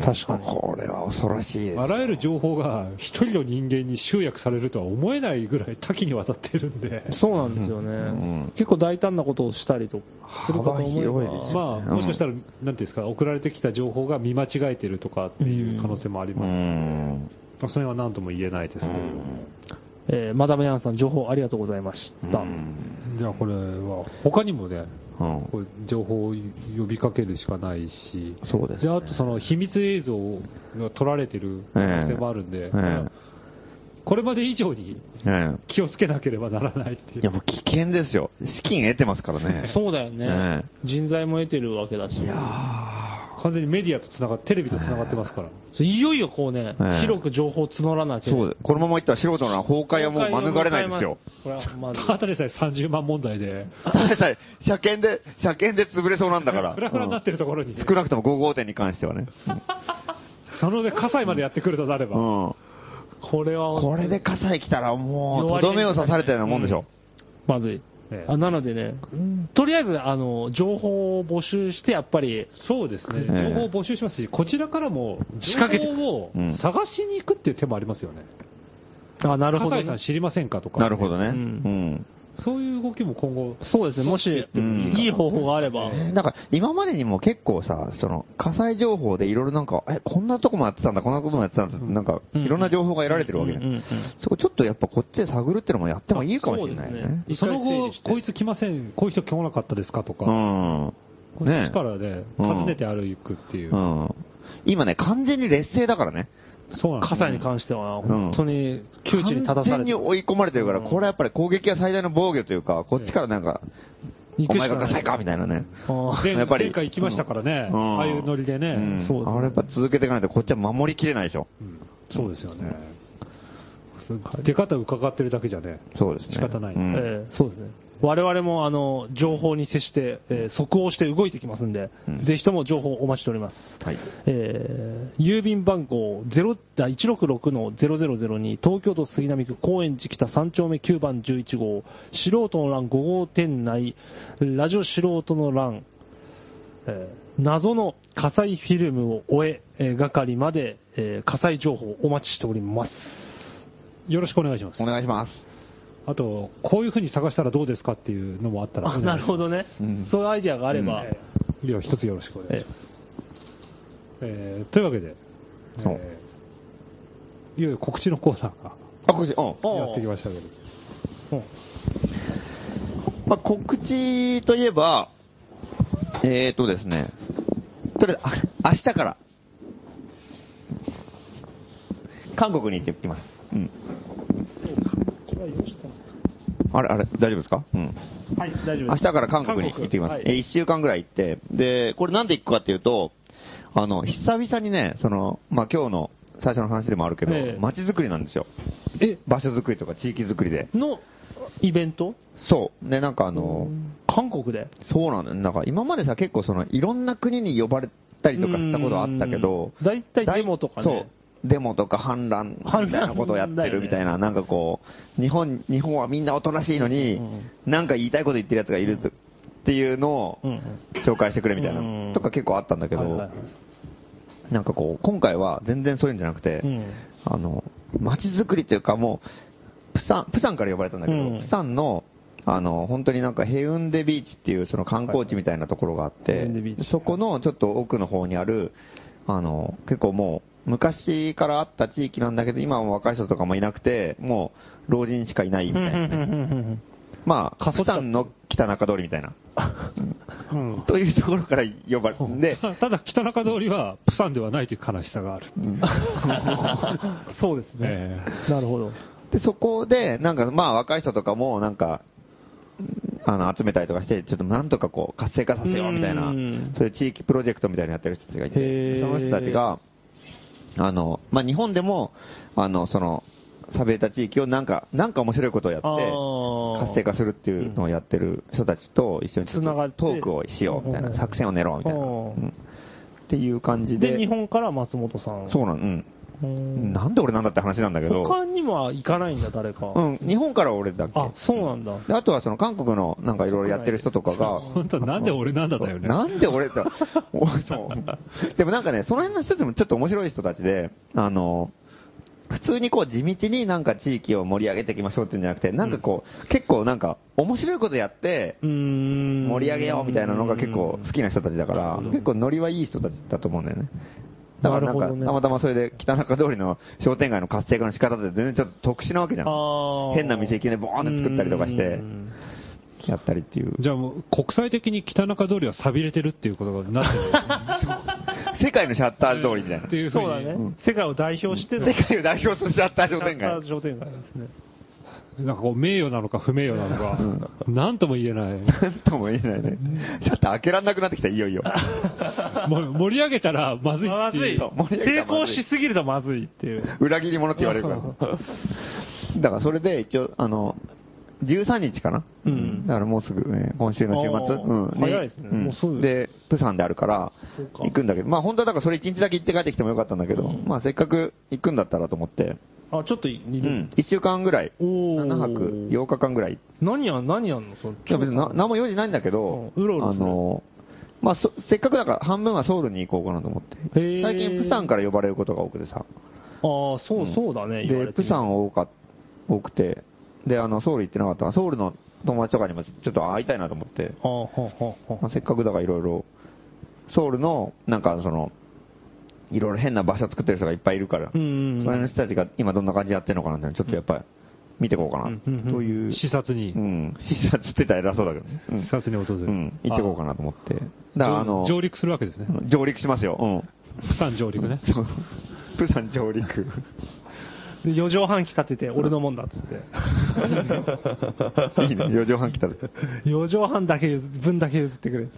ん確かにこれは恐ろしいです。あらゆる情報が一人の人間に集約されるとは思えないぐらい多岐にわたってるんで、そうなんですよね、うん結構大胆なことをしたりとするかと思えば幅広いですよまあ、もしかしたら、なんていうんですか、送られてきた情報が見間違えてるとかっていう可能性もありうます。ん。まあ、それは何とも言えないですけど。えーマダムヤンさん情報ありがとうございました、うんじゃあこれは、他にもね、うんこう情報を呼びかけるしかないし、そうですねあとその秘密映像が撮られてる可能性もあるんで、ええまあこれまで以上にえ気をつけなければならないっていえう。いや、もう危険ですよ。資金得てますからね。そうだよね、え人材も得てるわけだしいいや完全にメディアとつながって、テレビとつながってますから。いよいよこうね、ええ広く情報を募らなーきゃそうですこのままいったら素人の崩壊はもう免れないですよ。これはまずただでさえ30万問題で、ただでさえ、車検で、車検で潰れそうなんだ から。フラフラになってるところにう、ん少なくとも5号店に関してはね。その上、火災までやってくるとなれば、うん。これはこれで火災来たらもう、とどめを刺されたようなもんでしょ。まずい、ええあなのでね、とりあえずあの情報を募集して、やっぱりそうですね、ええ情報を募集しますし、こちらからも仕掛けて情報をうん探しに行くっていう手もありますよね、あなるほど葛ね、西さん知りませんかとか、なるほどね。ううんん。そういう動きも今後、そうですね、もし、うんいい方法があれば、なんか、今までにも結構さ、その、火災情報でいろいろなんか、え、こんなとこもやってたんだ、こんなこともやってたんだ、なんか、うんいろんな情報が得られてるわけじゃうんうんうんん。そこちょっとやっぱこっちで探るってのもやってもいいかもしれないよそうですねね。一そ回の整後理し、てこいつ来ません、こういう人来なかったですかとうか、こん。っねちからね、訪ねて歩くっていうう、ん。今ね、完全に劣勢だからね。そうなんです葛西に関しては、本当に窮地に立たさ完全れにて、追い込まれてるから、うんこれはやっぱり攻撃が最大の防御というか、こっちからなんか、行おくしか前ながい火災かみたいなね。あー前やっぱり前回行きましたからね、うんああいうノリでね、うんそうですねあれやっぱ続けていかないと、こっちは守りきれないでしょ。うんそうですよね、出方伺ってるだけじゃね、そうですね。仕方ないうんえーそうですね。我々もあの情報に接して、えー即応して動いてきますんで、うんぜひとも情報をお待ちしております。はい。えー郵便番号0あ166の0002東京都杉並区高円寺北3丁目9番11号素人の欄5号店内ラジオ素人の欄、えー謎の火災フィルムを終ええー係まで、えー火災情報をお待ちしておりますよろしくお願いしますお。願いします。あと、こういうふうに探したらどうですかっていうのもあったら、あなるほどね、うんそういうアイディアがあれば、では一つよろしくお願いします。えーというわけで、えーおいよいよ告知のコーナーがあ、こっち、うん。やってきましたけど。まあ、告知といえば、えーとですね、とりあえず、あ明日から、韓国に行ってきます。うん。あれ、あれ、大丈夫ですかうん。はい、大明丈夫で日す。から韓国に行ってきます。韓え国1週間ぐらい行って、で、これなんで行くかっていうと、あの、久々にね、その、まあ、今日の最初の話でもあるけど、ええ街づくりなんですよ。え、場所づくりとか地域づくりで。のイベントそう。で、なんかあの、韓国でそうなんだよ。なんか今までさ、結構その、いろんな国に呼ばれたりとかしたことあったけど、うん大体デモとかねそう。デモとか反乱みたいなことをやってるみたいな、なんかこう、日本、日本はみんなおとなしいのに、なんか言いたいこと言ってる奴がいるっていうのをうんうん紹介してくれみたいうんな、とか結構あったんだけはいはいはどい、なんかこう、今回は全然そういうんじゃなくてう、んあの、街づくりっていうかもう、プサン、プサンから呼ばれたんだけど、うんプサンの、あの、本当になんかヘウンデビーチっていうその観光地みたいなところがあっヘてウンデビーチ、そこのちょっと奥の方にある、あの、結構もう、昔からあった地域なんだけど、今は若い人とかもいなくて、もう、老人しかいないみたいなね。まあ、プサンの北中通りみたいな。うんというところから呼ばれて、たただ、北中通りは、プサンではないという悲しさがある。そうですね。えなるほど。で、そこで、なんか、まあ、若い人とかも、なんか、あの、集めたりとかして、ちょっとなんとかこう、活性化させようみたいなうん、そういう地域プロジェクトみたいなのやってる人たちがいへーて、その人たちが、あの、まあ、日本でも、あの、その、さびれた地域をなんか、なんか面白いことをやってあ、ー活性化するっていうのをやってる人たちと一緒にちょっとつながってトークをしようみたいうんな、作戦を練ろうみたいな、あうーんっていう感じで、で日、本から松本さん。そうなん、ううんん。なんで俺なんだって話なんだけど、他には行かないんだ、誰か。うん、日本から俺だっけあ、そうなんだ。であとはその韓国のなんかいろいろやってる人とかが、ー 本当、なんで俺なんだだよね。なんで 俺って、おそう。でもなんかね、その辺の人たちもちょっと面白い人たちで、あの、普通にこう地道になんか地域を盛り上げていきましょうっていうんじゃなくて、なんかこう、結構なんか面白いことやって、うん。盛り上げようみたいなのが結構好きな人たちだから、結構ノリはいい人たちだと思うんだよね。だからなんなか、るほどねたまたまそれで北中通りの商店街の活性化の仕方って全然ちょっと特殊なわけじゃん。あー変な店いきなりボーンって作ったりとかしてうんやったりっていう。じゃあもう、国際的に北中通りは錆びれてるっていうことになってるんですね。世界のシャッター通りみたいな っ。ていうふうそにうだね、世界を代表しての世界を代表するシャッター商店街。商店街ですね。なんかこう名誉なのか不名誉なのか、なんとも言えない。なん とも言えないね。シャッター開けられなくなってきた、いよいよ。もう盛り上げたらまずいまってずいい。う。そう盛り上げたら成ま功ずいしすぎるとまずいっていう。裏切り者って言われるから。だからそれで一応、あの、13日かな、うんだからもうすぐ、ね、今週の週末、あーうん、早いですねんもうすぐで、プサンであるからそうか、行くんだけど、まあ本当はだからそれ1日だけ行って帰ってきてもよかったんだけど、まあせっかく行くんだったらと思って、あ、ちょっと似うてる。ん、1週間ぐらい、おー7泊、8日間ぐらい何やん、何やんのそのいや別にな何も用事ないんだけど、うんうろうろあするの、まあそ、せっかくだから半分はソウルに行こうかなと思ってへー。最近、プサンから呼ばれることが多くてさ。ああ、そう、そうだね、言で、われてプみサン多か、多くて、で、あの、ソウル行ってなかったから、ソウルの友達とかにもちょっと会いたいなと思って、あーはあはあはまあ、せっかくだからいろいろ、ソウルの、なんかその、いろいろ変な場所作ってる人がいっぱいいるから、うそんうんうんれの人たちが今どんな感じでやってるのかなって、ちょっとやっぱり見ていこうかうんうんうんな、という。視察にう、ん、視察ってたら偉そうだけどね。うん視察に訪れうる。ん、行ってこうかなと思って。だからあの、上陸するわけですね。上陸しますよ。釜山上陸ね。うん。そう。 プサン上陸。い。で、4畳半機立てて、俺のもんだっつって。い いね、4畳半来たで。 4畳半だけ譲分だけ譲ってくれっつっ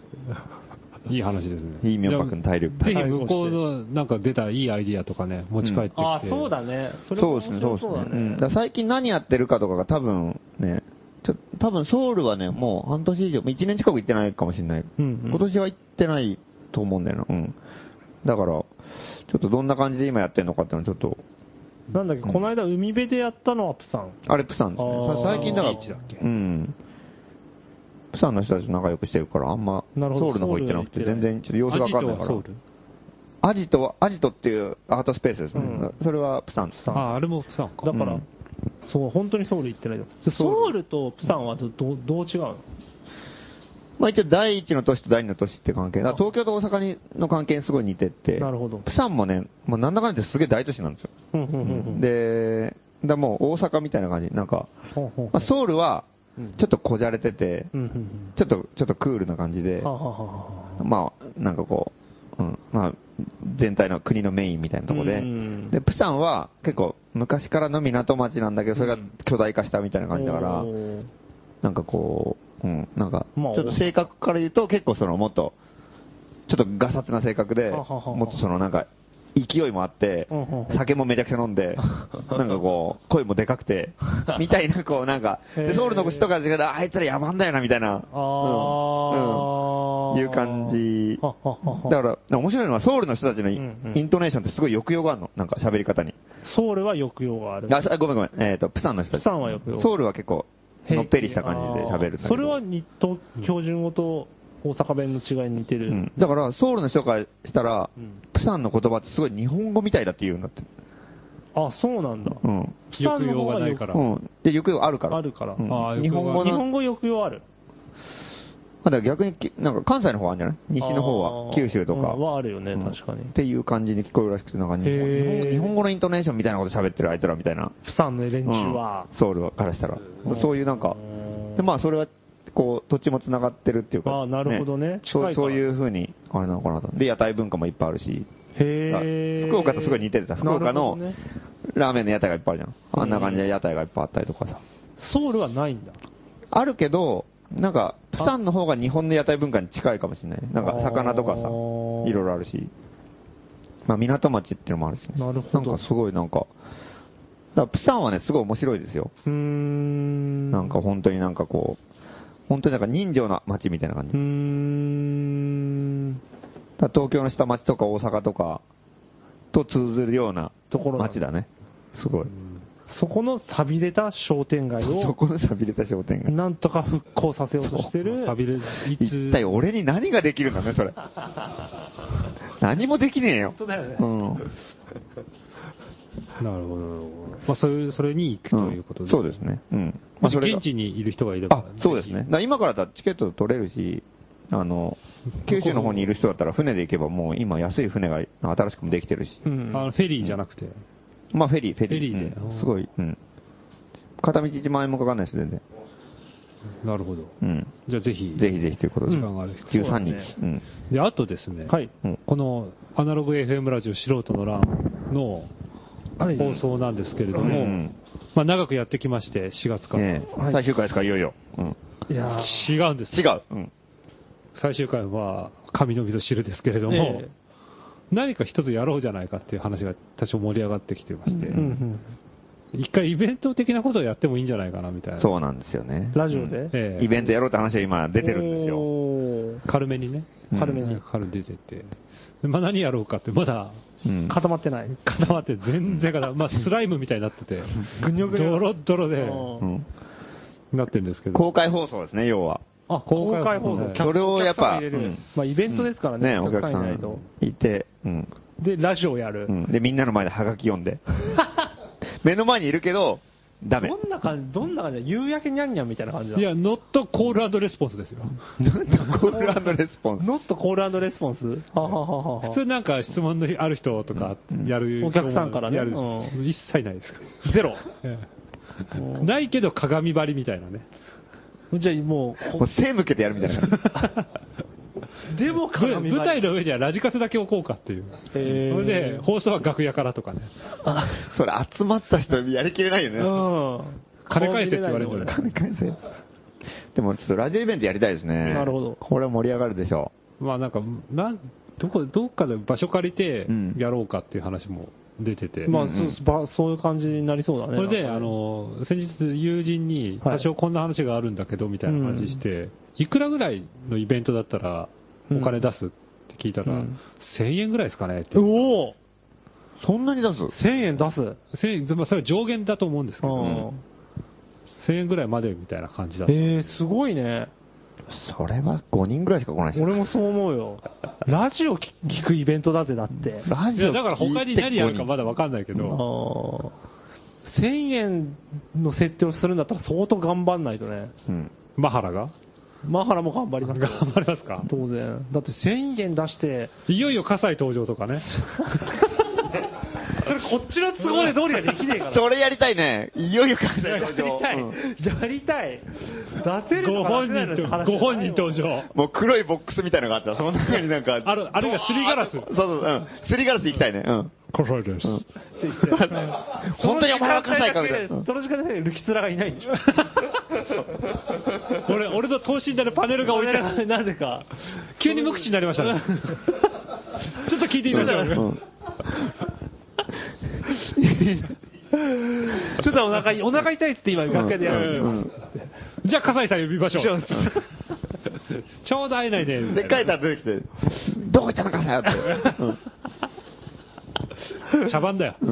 て。いい話ですね。いい明白の体力ぜひ向こうのなんか出たいいアイディアとかね、持ち帰ってきて。ああ、そうだね。それそうもですね、そうですね。面白うんだから最近何やってるかとかが多分ね、ちょ多分ソウルはね、もう半年以上、1年近く行ってないかもしれない。うんうん今年は行ってないと思うんだよな。うん。だから、ちょっとどんな感じで今やってるのかっていうのはちょっと、なんだっけ、この間海辺でやったのはプサン。あれプサンですあね。ーさ最近だから、ビーチだっけうん。プサンの人たちと仲良くしてるから、あんま、なるほどソウルの方行ってなくて、ソウルに行全って然なちょっと様子がわかんないかアジらトはソウ。ルアジトは、アジトっていうアートスペースですね。うんそれはプサンです。ああ、あれも釜山か。だから、うんそう、本当にソウル行ってないよ。ソウルとプサンはどどどう違うのまあ一応第一の都市と第二の都市って関係。だから東京と大阪にの関係にすごい似てて。なるほどプサンもね、もうなんだかんだ言ってすげえ大都市なんですよ。うんうんうんうんで、だからもう大阪みたいな感じ。なんか、ほうほうまあ、ソウルはちょっとこじゃれてて、うんうんちょっと、ちょっとクールな感じでうんは、あはあはあまあ、なんかこう、うん、まあ、全体の国のメインみたいなとこでうんうん、で、プサンは結構昔からの港町なんだけど、それが巨大化したみたいな感じだから、おーなんかこう、うん、なんか、ちまあょっと性格から言うと結構そのもっと、ちょっとガサツな性格で、ははははもっとそのなんか、勢いもあってうんうんうん、酒もめちゃくちゃ飲ん で、なんかこう、声もでかくて、みたいなこうなんか、へでーソウルの人からしたらあいつらやばんだよなみたいな、うんあうんーいう感じははははだから、面白いのはソウルの人たちのイうんうんントネーションってすごい抑揚があるの、なんか喋り方に。ソウルは抑揚がある。あ、あごめんごめん、えっと、プサンの人たち。プサンは抑揚ソウルは結構、のっぺりした感じで喋るんだけあーどそれは日東標準語と大阪弁の違いに似てる。うんだから、ソウルの人からしたら、うんプサンの言葉ってすごい日本語みたいだって言うんだって。あ、そうなんだ。うん。プサンの方抑が揚がないからうん。で、抑揚あるから。あるからうんあー日本語の、日ま本語抑揚ある。あだから逆にき、なんか関西の方はあるんじゃない西の方あは、ー九州とうか。んはあるよね、うん確かにっ。ていう感じに聞こえるらしくて、なんか日本へー日本日本語のイントネーションみたいなこと喋ってるあいつらみたいな。プサンの連中うんは。ソウルからしたら。そういうなんかうん、でまあそれは、こう、土地も繋がってるっていうか。あーなるほどね近いそかうらそういうふうに、あれなのかなと。で、屋台文化もいっぱいあるし。へー福岡とすごい似てるさ福岡のなるほどねラーメンの屋台がいっぱいあるじゃん。あんな感じで屋台がいっぱいあったりとかさ。ソウルはないんだ。あるけど、なんか、プサンの方が日本の屋台文化に近いかもしれない。なんか、魚とかさ、いあろーいろあるし。まあ、港町っていうのもあるしね。なるほどなんかすごいなんか、だからプサンはね、すごい面白いですよ。うーん。なんか本当になんかこう、本当になんか人情な街みたいな感じ。うーん。だから東京の下町とか大阪とかと通ずるようなところなんだ街だね。すごい。そこの錆びれた商店街そを、この錆びれた商店街。なんとか復興させようとしてる。寂れ、い一つ、体俺に何ができるんだね、 それ。何もできねえよ。本当だよねうん。なるほど。まあ、それ、それに行くということで。そうですね。うん。まあ、それが現地にいる人がいればあ、、そうですね。だから今からだったらチケット取れるし、あの、九州の方にいる人だったら船で行けばもう今安い船が新しくもできてるし、うん。あのフェリーじゃなくて、まあフェリー、フェリー。フェリーでうんうんすごい、うん。片道1万円もかかんないです、全然。なるほど。うん。じゃあぜひ、ぜひぜひということで。時間がある13日。そううん。で、あとですね、はいうんこのアナログ FM ラジオ素人の欄のはい放送なんですけれども、うんまあ、長くやってきまして、4月から。ねえ最終回ですから、いよいよ。うん。いやー違うんです。違う。うん。最終回は、神の味噌汁ですけれども、ええ何か一つやろうじゃないかっていう話が多少盛り上がってきてまして、うんうん一回イベント的なことをやってもいいんじゃないかなみたいな。そうなんですよね。ラジオでうんええイベントやろうって話が今出てるんですよ。おー軽めにね。うん軽めに軽めに出てて。でまあ何やろうかって、まだうん固まってない。固まって全然固 ままあスライムみたいになってて、ぐにょぐにょドロッドロでううんなってるんですけど。公開放送ですね、要は。あ、公開放送。それをやっぱお客さんを入れるうんまあ、イベントですからね、ね、お客さいないとん。いて、うん。で、ラジオやるう。んで、みんなの前でハガキ読ん で。目の前にいるけど、ダメ。どんな感じ、どんな感じだ夕焼けにゃんにゃんみたいな感じだ。いや、ノットコールアンドレスポンスですよ。なんとコールレスポンス。ノットコールレスポンスははははは普通なんか質問のある人とかやる、お客さんからねやるう一切ないですから。 ゼロ。ないけど鏡張りみたいなね。じゃあもうもう背向けてやるみたいな。こ、でも舞鏡張り舞台の上ではラジカセだけ置こうかっていう。へーそれで、放送は楽屋からとかね。それ集まった人やりきれないよね。うん。金返せって言われるんじゃない金返せでもちょっとラジオイベントやりたいですね。なるほどこれは盛り上がるでしょまあなんか、なんどこどっかで場所借りてうんやろうかっていう話も出てて、まあ、そうばそういう感じになりそうだね。これで、なんあかね、の、先日友人にはい多少こんな話があるんだけどみたいな話して、い、くらぐらいのイベントだったらお金出すって聞いたら、うん1000円ぐらいですかねって。おおう。そんなに出す !1000 円出す。 1000円、まあそれは上限だと思うんですけうど、ん。 1000円ぐらいまでみたいな感じだった。えー、すごいね。それは5人ぐらいしか来ないし。俺もそう思うよ。ラジオ聞聞くイベントだぜ、だって。ラいジやオだから他に何やるかまだ。だわかんないけあど、ー1000円の設定をするんだったら相当頑張んないとね。うん。マハラがマハラも頑張りますよ。頑張りますか当然。だって1000円出して、いよいよ葛西登場とかね。それこっちの都合でどうにかできねえから。それやりたいね。いよいよ関西やり登場。たい。うんやりたい。出せるごのか本出せないの人かと、ご本人登場。もう黒いボックスみたいのがあったら、その中になんか。 ある、あるいはすりガラス。そうそう、うん。すりガラス行きたいね。うん。葛西です。本当にお前は関西かみたいな。その時間でルキツラがいないんでし ょ。俺、俺の等身大のパネルが置いてある。なぜか。急に無口になりましたね。ちょっと聞いてみましょうう。んちょっとお腹いお腹痛いっつって今楽屋でやる。うんじゃあ、笠井さん呼びましょう。ちょうど会えないね。みたで、い書いたら出てきて、どこ行ったのかさよって。 うんな茶番だよ。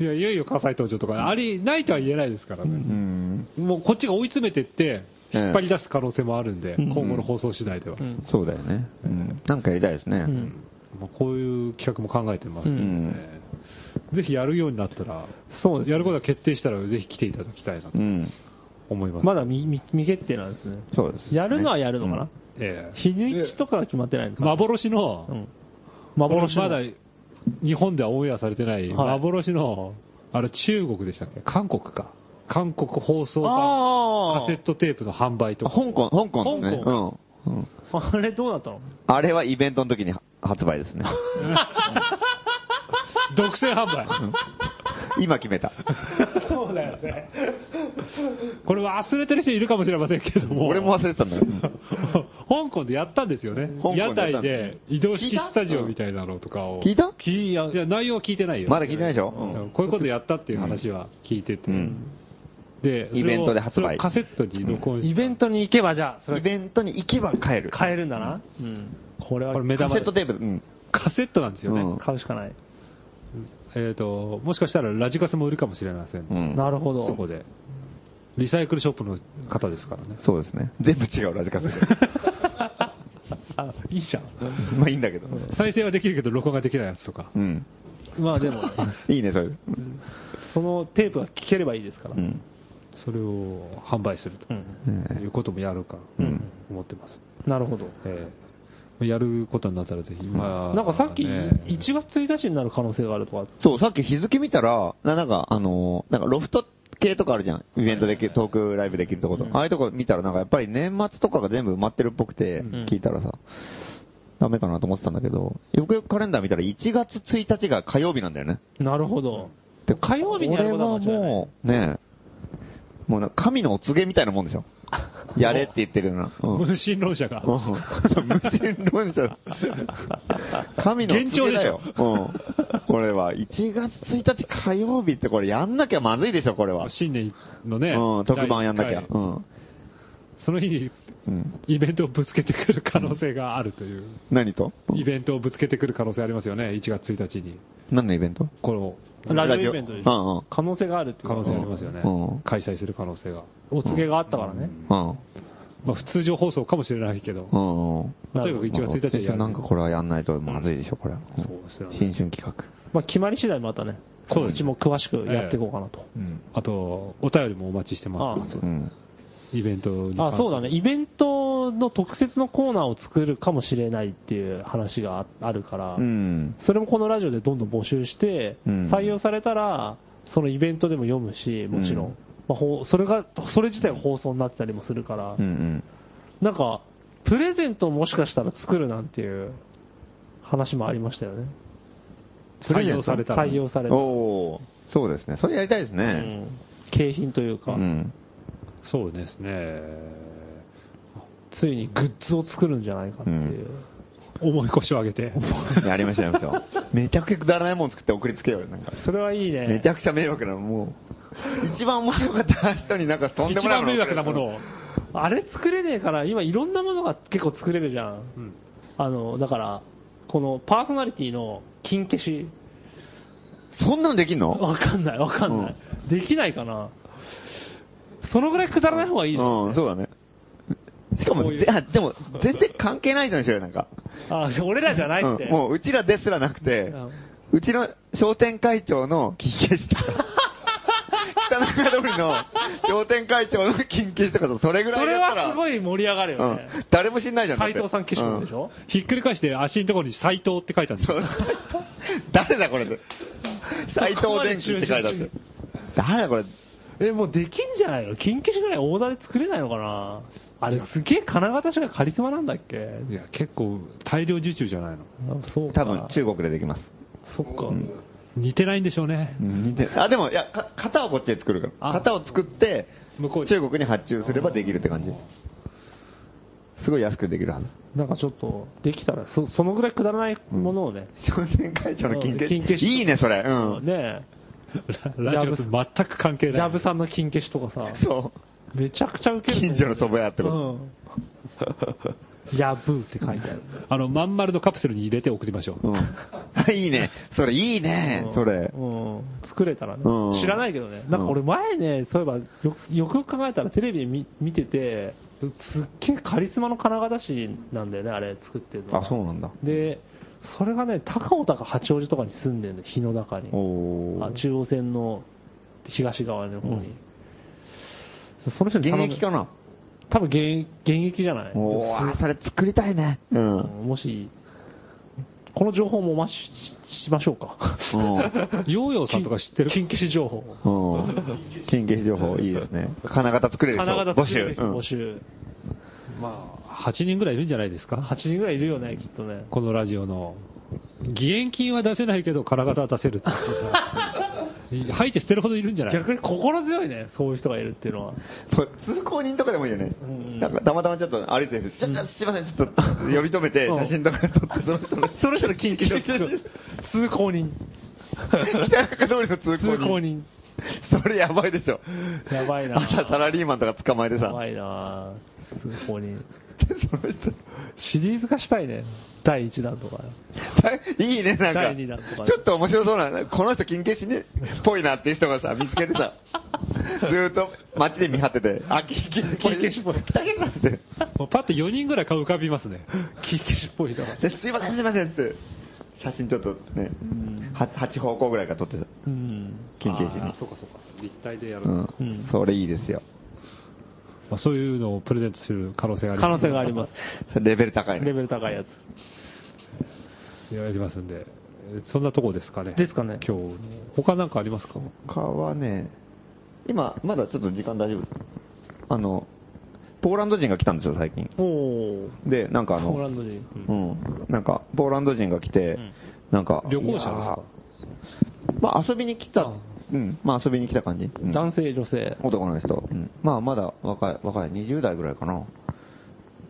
いや、いよいよ葛西登場とか、あり、ないとは言えないですからね。うん。もうこっちが追い詰めてって、ええ引っ張り出す可能性もあるんで、ん今後の放送次第では。んそうだよね。うんなんかやりたいですね。まあこういう企画も考えてますので、ねぜひやるようになったら、そうですねやることが決定したら、ぜひ来ていただきたいなとうん。思います。まだ未未未決定なんですね。そうです。やるのはやるのかな、ええ日にちとかは決まってないのかな、幻の、うん、幻このれまだ日本ではオンエアされてない、はい幻の、あれ中国でしたっけ韓国か。韓国放送版あカセットテープの販売と香か。港、香港ですね香。港うんうん。ああれどうなったのあれはイベントの時に発売で すね。独占販売。今決めた。そうだよねこれ忘れてる人いるかもしれませんけど も。俺も忘れてたんだよ。うん香港でやったんですよね香港。でや屋った台で移動式スタジオみたいなのとかを。聞いたいやいや、内容は聞いてないよ。まだ聞いてないでしょううんんこういうことやったっていう話は聞いてて。うんで、それイをベントで発売それをカセットに録音して。イベントに行けばじゃあそイれベントに行けば帰る。買えるんだな、うん、これはこれ目カ玉セでットテープ。うん。カセットなんですよね。うん買うしかない、えっ、と、もしかしたらラジカセも売るかもしれません。うんなるほどそこで。リサイクルショップの方ですからね。そうですね。全部違うラジカ セ。あ いいじゃんまあいいんだけど。再生はできるけど、録音ができないやつとか。うん。まあでもいいね、それ。 そのテープが聞ければいいですから、うん。それを販売するとうんいうこともやるか、ん思ってます。なるほどええやることになったらぜひ、まあなんかさっきね1月1日になる可能性があるとかそう、さっき日付見たら、ななんか、あのーなんかロフト系とかあるじゃん。イベントできる、トークライブできるとこと。ああいうとこ見たら、なんかやっぱり年末とかが全部埋まってるっぽくて、ん聞いたらさ、ダメかなと思ってたんだけど、よくよくカレンダー見たら1月1日が火曜日なんだよね。なるほどで火曜日にやることは間違いなこれいはもう、ねえもうなんか神のお告げみたいなもんで しょ。やれって言ってるような。うん無神論者がう。んそう無神論者。神のお告げだよ。うん。これは、1月1日火曜日ってこれやんなきゃまずいでしょ、これは。新年のね、うん、特番やんなきゃ第。一う回ん。その日にうん。イベントをぶつけてくる可能性があるという、何とイベントをぶつけてくる可能性ありますよね、1月1日に。何のイベントこのラジオイベントでしうんうんょ可能性があるっていう可能性ありますよねうん。開催する可能性が。お告げがあったからね、うん。まあ、通常放送かもしれないけどう、んうん。とにかく1月1日はやるなんかこれはやんないとまずいでしょ、これは。うんそうですよね新春企画。まあ、決まり次第またね、そうですちも詳しくやっていこうかなと。うん。あと、お便りもお待ちしてまあすそ。うん。イベントに関あそうだね、イベントの特設のコーナーを作るかもしれないっていう話がああるから、うん。それもこのラジオでどんどん募集して、うん採用されたら、そのイベントでも読むし、もちろん、うんまあほうそれがそれ自体が放送になってたりもするから、うんうん。なんか、プレゼントをもしかしたら作るなんていう話もありましたよね、採用されたらね採用された、おおそうですね。それやりたいですうね。ん景品というか。うん。そうですね。ついにグッズを作るんじゃないかっていう、重い腰を上げて。やりましょう、やりましょう。 めちゃくちゃくだらないもん作って送りつけようよ、なんか。それはいいねめちゃくちゃ迷惑なの、もう。一番面白かった人になんかとんで一もない番迷惑なものを。あれ作れねえから今いろんなものが結構作れるじゃん、うんあのだからこのパーソナリティの金消しそんなのできんのわかんないわかんない、できないかなそのぐらいくだらない方がいいですうん、そうだね。しかも、こういうぜあでも、全然関係ない人にしようよ、なんか。あ俺らじゃないって、うんもう、うちらですら なくて、うちの商店会長の金消した。汚中通りの氷点会長の緊急とかとそれぐらそいれだったらはすごい盛り上がるうよね。ん、誰も知んないじゃんだって斎藤さん消しゴムでしょひっくり返して足のところに斎藤って書いたんですそよ。う誰だこ れ斎藤電機って書いてあって誰だこれえ、もうできんじゃないの金消しぐらい大台作れないのかなあれすげえ金型市がカリスマなんだっけいや、結構大量受注じゃないの。そうか。多分中国でできます、そっか。似てないんでしょうね。似てるあでもいやか型をこっちで作るからあ型を作って向こうに中国に発注すればできるって感じすごい安くできるはずなんかちょっと、できたら、そそのぐらいくだらないものをね。少年会長の金うん金消消ししいいねそれうねんえララジオと全く関係ない。ジャブさんの金消しとかさ、そうめちゃくちゃウケると思う。近所の蕎麦屋ってこと、うん。ヤブーって書いてある。あの、まん丸のカプセルに入れて送りましょう。うん、いいねそれいいねそれうん。作れたらねうん。知らないけどね。なんか俺前ね、そういえば、よよくよく考えたらテレビ見見てて、すっげえカリスマの金型師なんだよね、あれ作ってるの。あそうなんだで、それがね、高尾高八王子とかに住んでるの、日の中に。おあー中央線の東側の方に。その人に現頼む役かな多分現役現役じゃないおーそれ作りたいねうん、もし、この情報もお待ちししましょうか。 ヨーヨーさんとか知ってる金消し情報。うん、金消し情報いいですね金型作れる人花形募作れ集、る人募集。ま ?8 人ぐらいいるんじゃないですかあ、8人ぐらいいるよね、きっとね。このラジオの。義援金は出せないけど、金型は出せる って言ってた吐いて捨てるほどいるんじゃない逆に心強いね、そういう人がいるっていうのうは。ん通行人とかでもいいよね、うんなんかたまたまちょっと歩いてる人ちょちょすいませんちょっと呼び止めてうん写真とか撮ってその 人のその人の緊急所通行人。 北中通りの通通行行人人。 それやばいでしょやばいな朝サラリーマンとか捕まえてさ怖いなぁ通行人。 その人シリーズ化したいね。第1弾とか。いいね、なんか。第二弾とかねちょっと面白そうな、この人金消しね、ぽいなっていう人がさ、見つけて さ、ずーっと街で見張ってて、あ、金消しっぽい。金消しっぽい来たけどって。もうパッと4人ぐらい顔浮かびますね。金消しっぽい人が。ですいません、すいませんって。写真ちょっとね、は8方向ぐらいから撮ってさ、うん。金消しねあー。そうかそうか。立体でやる。うまんん。それいいですよ。あ、そういうのをプレゼントする可能性があり可ま能す。性があります。それレベル高いレね。ベル高いやつ。やりますんで。えーそんなとこですかね。ですかね今日。他なんかありますか他はね、今、まだちょっと時間大丈夫あの、ポーランド人が来たんですよ、最近。おお。で、なんかあの、ポーランド人。うん、なんか、ポーランド人が来て、んなんか、旅行者ですいやかーまあ、遊びに来た、うん、まあ、遊びに来た感じ。うん男性、女性。男の人、うんまあ、まだ若い、若い、20代ぐらいかな。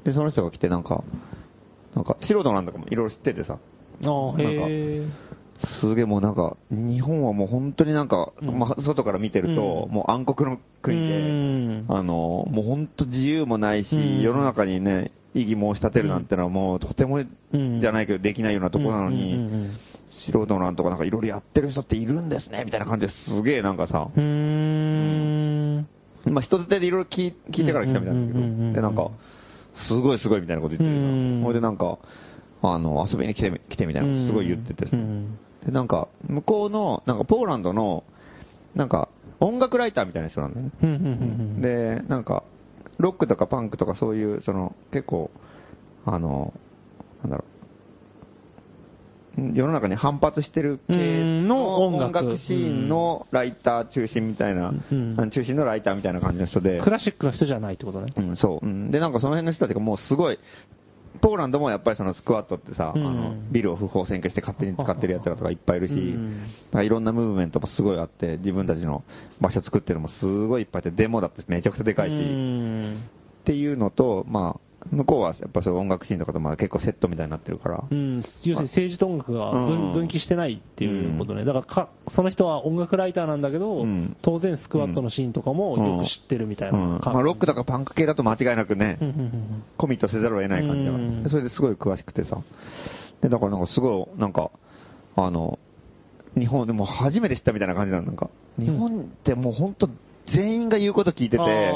で、その人が来て、なんか、なんか、素人なんだかもいろいろ知っててさ、ああ、へえ。すげえもうなんか、日本はもう本当になんか、まあ、外から見てると、うんもう暗黒の国で、うんあの、もう本当自由もないし、うん世の中にね、異議申し立てるなんてのはもうとてもじゃないけどできないようなとこなのに、うんうん素人なんとかなんかいろいろやってる人っているんですね、みたいな感じですげえなんかさ、うん。うまあ人づてでいろいろ聞い聞いてから来たみたいなんだけうんうんうんうんうんど、でなんか、すごいすごいみたいなこと言ってうるんほいでなんか、あの、遊びに来て、来てみたいなことすごい言ってて、うんでなんか、向こうの、なんかポーランドの、なんか、音楽ライターみたいな人なんだよね。うんうんうん。で、なんか、ロックとかパンクとかそういう、その、結構、あの、なんだろう、ん世の中に反発してる系うんのの音音楽楽シーンのライター中心みたいな、うんあの中心のライターみたいな感じの人で、クラシックの人じゃないってことねう。ん、そう、うん。で、なんかその辺の人たちがもうすごい、ポーランドもやっぱりそのスクワットってさ、うんあのビルを不法占拠して勝手に使ってる奴らとかいっぱいいるし、うんなんかいろんなムーブメントもすごいあって、自分たちの場所作ってるのもすごいいっぱいあって、デモだってめちゃくちゃでかいし、うんっていうのと、まあ、向こうはやっぱそういう音楽シーンとかとまあ結構セットみたいになってるから、うん、要するに政治と音楽がうん分分岐してないっていうことね、だからかその人は音楽ライターなんだけど、うん当然スクワットのシーンとかもよく知ってるみたいな、うんかまあ、ロックとかパンク系だと間違いなくね、うんうんうんコミットせざるを得ない感じだからうんでそれですごい詳しくてさ、でだからなんかすごい、なんか、あの、日本でも初めて知ったみたいな感じなの、なんか、日本ってもう本当、全員が言うこと聞いてて、あー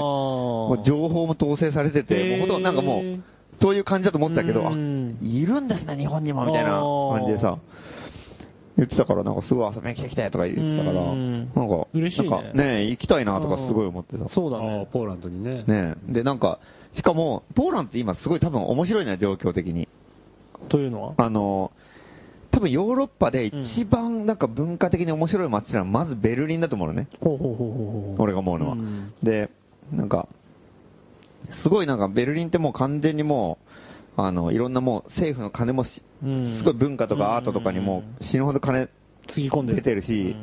もう情報も統制されてて、もうほとんどなんかもうへー、そういう感じだと思ってたけど、あうんいるんですね、日本にもみたいな感じでさ、言ってたから、なんかすごい遊びに来てきてとか言ってたから、うなんんか、嬉しいねなんかね、行きたいなとかすごい思ってた。そうだああね。ポーランドにね。ねで、なんか、しかも、ポーランドって今すごい多分面白いね、状況的に。というのはあの、多分ヨーロッパで一番なんか文化的に面白い街なのはまずベルリンだと思うのね。ほうほうほうほうほう。俺が思うのは。うんで、なんか、すごいなんかベルリンってもう完全にもう、あの、いろんなもう政府の金もし、うんすごい文化とかアートとかにもう死ぬほど金、つぎ込んでる。出てるし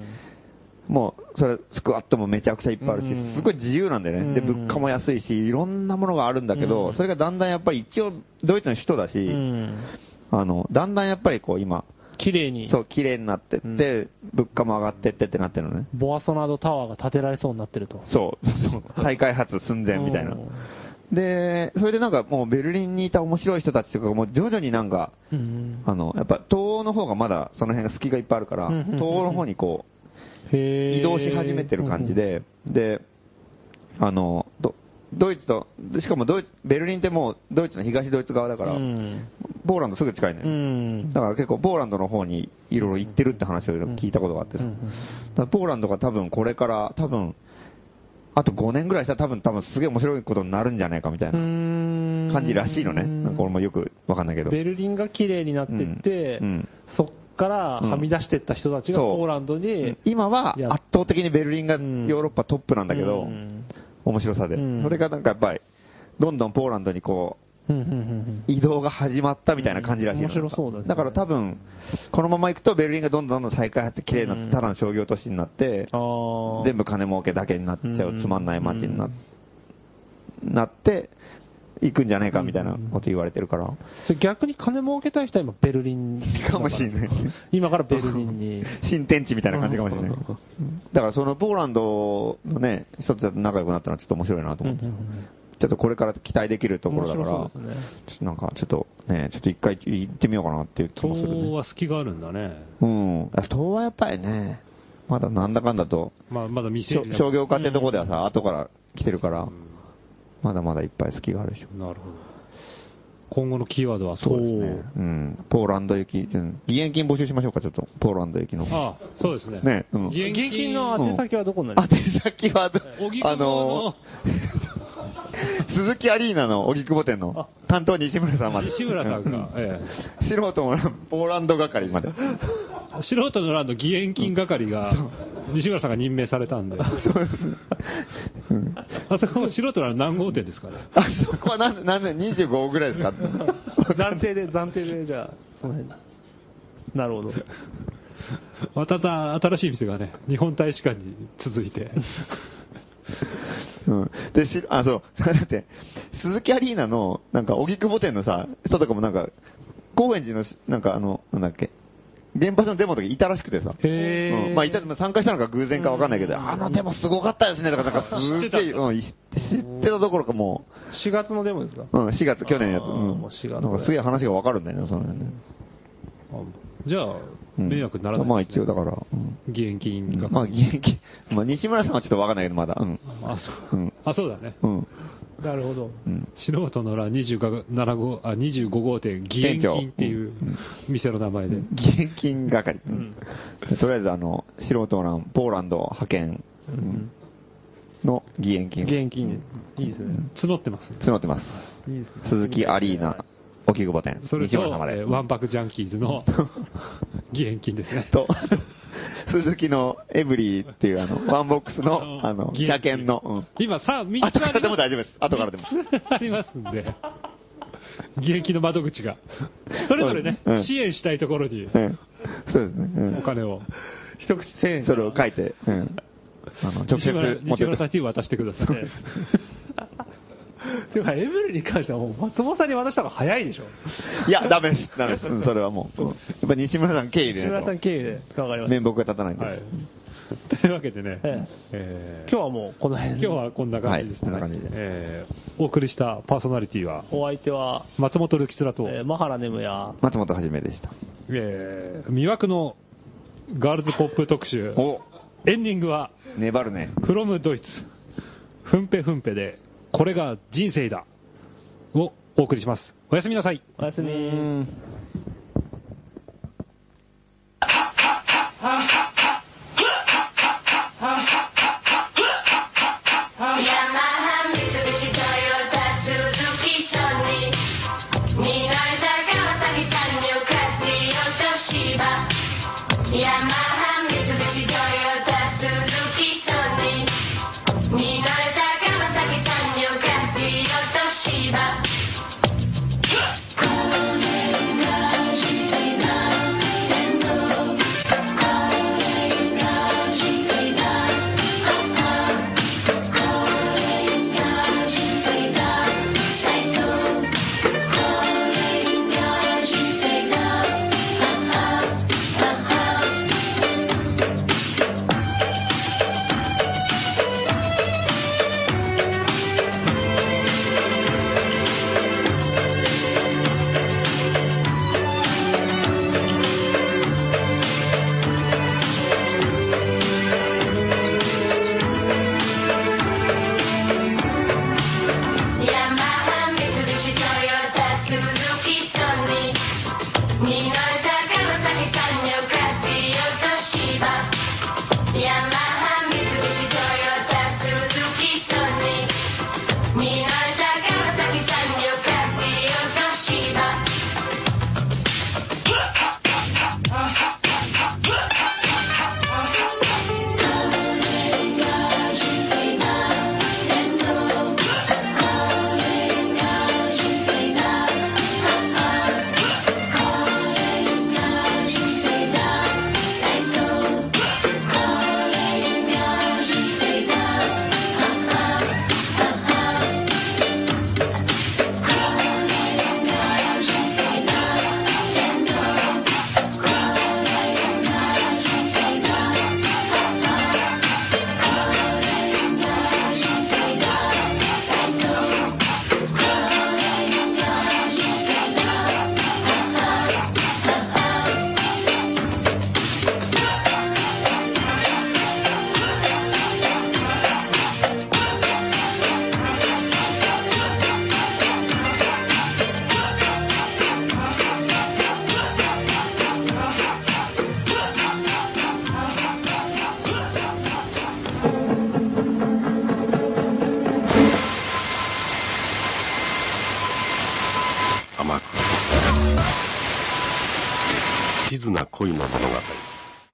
もう、それ、スクワットもめちゃくちゃいっぱいあるしうん、すごい自由なんだよね。で、うん物価も安いし、いろんなものがあるんだけうんど、それがだんだんやっぱり一応、ドイツの首都だうし、ん。あの、だんだんやっぱりこう今、綺麗に。そう、綺麗になってっうんて、物価も上がってってってなってるのね。ボアソナードタワーが建てられそうになってると。そう、そう再開発寸前みたいなう。んで、それでなんかもうベルリンにいた面白い人たちとかも徐々になんか、うん。あの、やっぱ東欧の方がまだその辺が隙がいっぱいあるから、うんうんうんうん東欧の方にこう、移移動し始めてる感じ。で、で、あの、ドドイツと、しかもドイツ、ベルリンってもうドイツの東ドイツ側だうから、ん。ポーランドすぐ近いね。うん。だから結構ポーランドの方にいろいろ行ってるって話を聞いたことがあってさ、うんうんだからポーランドが多分これから多分、あと5年ぐらいしたら多分多分すげえ面白いことになるんじゃないかみたいな感感じらしいのね。なんか俺もよくわかんないけど。ベルリンが綺麗になってって、うんうんそっからはみ出してった人たちがそうポーランドに、今はいや圧倒的にベルリンがヨーロッパトップなんだけど、うん面白さで、うんそれがなんかやっぱり、どんどんポーランドにこう、うんうんうん移動が始まったみたいな感じらしいの、うん面白そうだねから多分、このまま行くとベルリンがどんどんどんどん再開発って綺麗になって、うんただの商業都市になって、あー全部金儲けだけになっちゃう、うんつまんない街にな,、うんなって、行くんじゃないかみたいなこと言われてるから。それ逆に金儲けたい人は今ベルリンかもしれない今からベルリン に新天地みたいな感じかもしれない。だからそのポーランドのね、人と仲良くなったのはちょっと面白いなと思って、うんうんうんちょっとこれから期待できるところだから、面白そうですねちょっとなんかちょっとね、ちょっと一回行ってみようかなっていう気も東するね。欧は隙があるんだね。うん。東はやっぱりね、まだなんだかんだと、まあ、まだ未し成ょ年商業化ってとこではさ、後から来てるから、うまだまだいっぱい隙があるでしょ。んなるほど。今後のキーワードはそうですね。うん。ポーランド行き、うん義援金募集しましょうか、ちょっと。ポーランド行きの。ああ、そうですね。ねうん現現金の宛先はどこになりまあ、すかで、先は、荻あ窪のの、鈴木アリーナの荻窪店の担当西村さんまで。西村さんが、うえ素人もポーランド係まで。 え、素人のランド義援金係が、西村さんが任命された んで、あそこも素人のランド何号店ですかね。あそこは何、何年 ?25 ぐらいですか 暫定で暫定でじゃあその辺なるほどまた新しい店がね、日本大使館に続いて、うんで、し、あ、そう、だ って、鈴木アリーナの、なんか、荻窪店のさ、人とかもなんか、高円寺のし、なんかあの、なんだっけ、原発のデモの時いたらしくてさ。へーうんまあ、いた、まあ参加したのか偶然かわかんないけど、あのデモすごかったですね、とか、なんか、すげえ、うん、い知ってたどころかも4月のデモですかう、うん、4月、去年のやつ。あうーん。もう4月なんか、すげえ話がわかるんだよね、その辺ね。あじゃあ、うん迷惑にならないまあ、です一ね応だから、うん義援金係。まあ、現役、まあ、西村さんはちょっとわかんないけど、まだ、うん。あ、そううんあそうだね。うん。なるほどうん。素人のら27号、あ、25号店、義援金っていう店の名前で。現金係、とりあえずあの素人欄ポーランド派遣の義援金現金いいですね募ってます。募ってますいいですね鈴木アリーナ荻窪店それ西と、村様でえーワンパクジャンキー ズの義援金ですね。と 鈴木のエブリーっていうあのワンボックスのあの義援金車検の、今さ、う3ん、後つかあらりでもます大丈夫です後からで もありますんで。義援金の窓口が。それぞれねそうですねう、ん支援したいところにうんそうですね、うんお金を。一口1000円それを書いて、うん、あの直西接村持って西っ村さんてに渡して ください。ていうか、エブリに関してはもう松本さんに渡した方が早いでしょ。いやダメですダメですうんそれはもう、うんやっぱ西村さん経由志で村さんね経由でわかりました。面目が立たないんです、はい。というわけでね、ええー今日はもうこの辺今で日はこんな感じですね。はいこんな感じでえーお送りしたパーソナリティは、お相手は、松本るきつらと、えー、マハラネムや、松本はじめでしたえー魅惑のガールズポップ特集、おエンディングは、粘るね。 from ドイツ、ふんぺふんぺで、これが人生だ、をお送りします。おやすみなさい。おやすみ。うん。はヤマハ三菱トヨタスズキソニーミノルタ川崎産業カシオとシバヤマハ三菱トヨタスズキソニーミノルタ川崎産業カシオとシバヤマハ三菱トヨタスズキソニーミノルタ川崎産業カシオとシバ甘く。地図な恋の物語。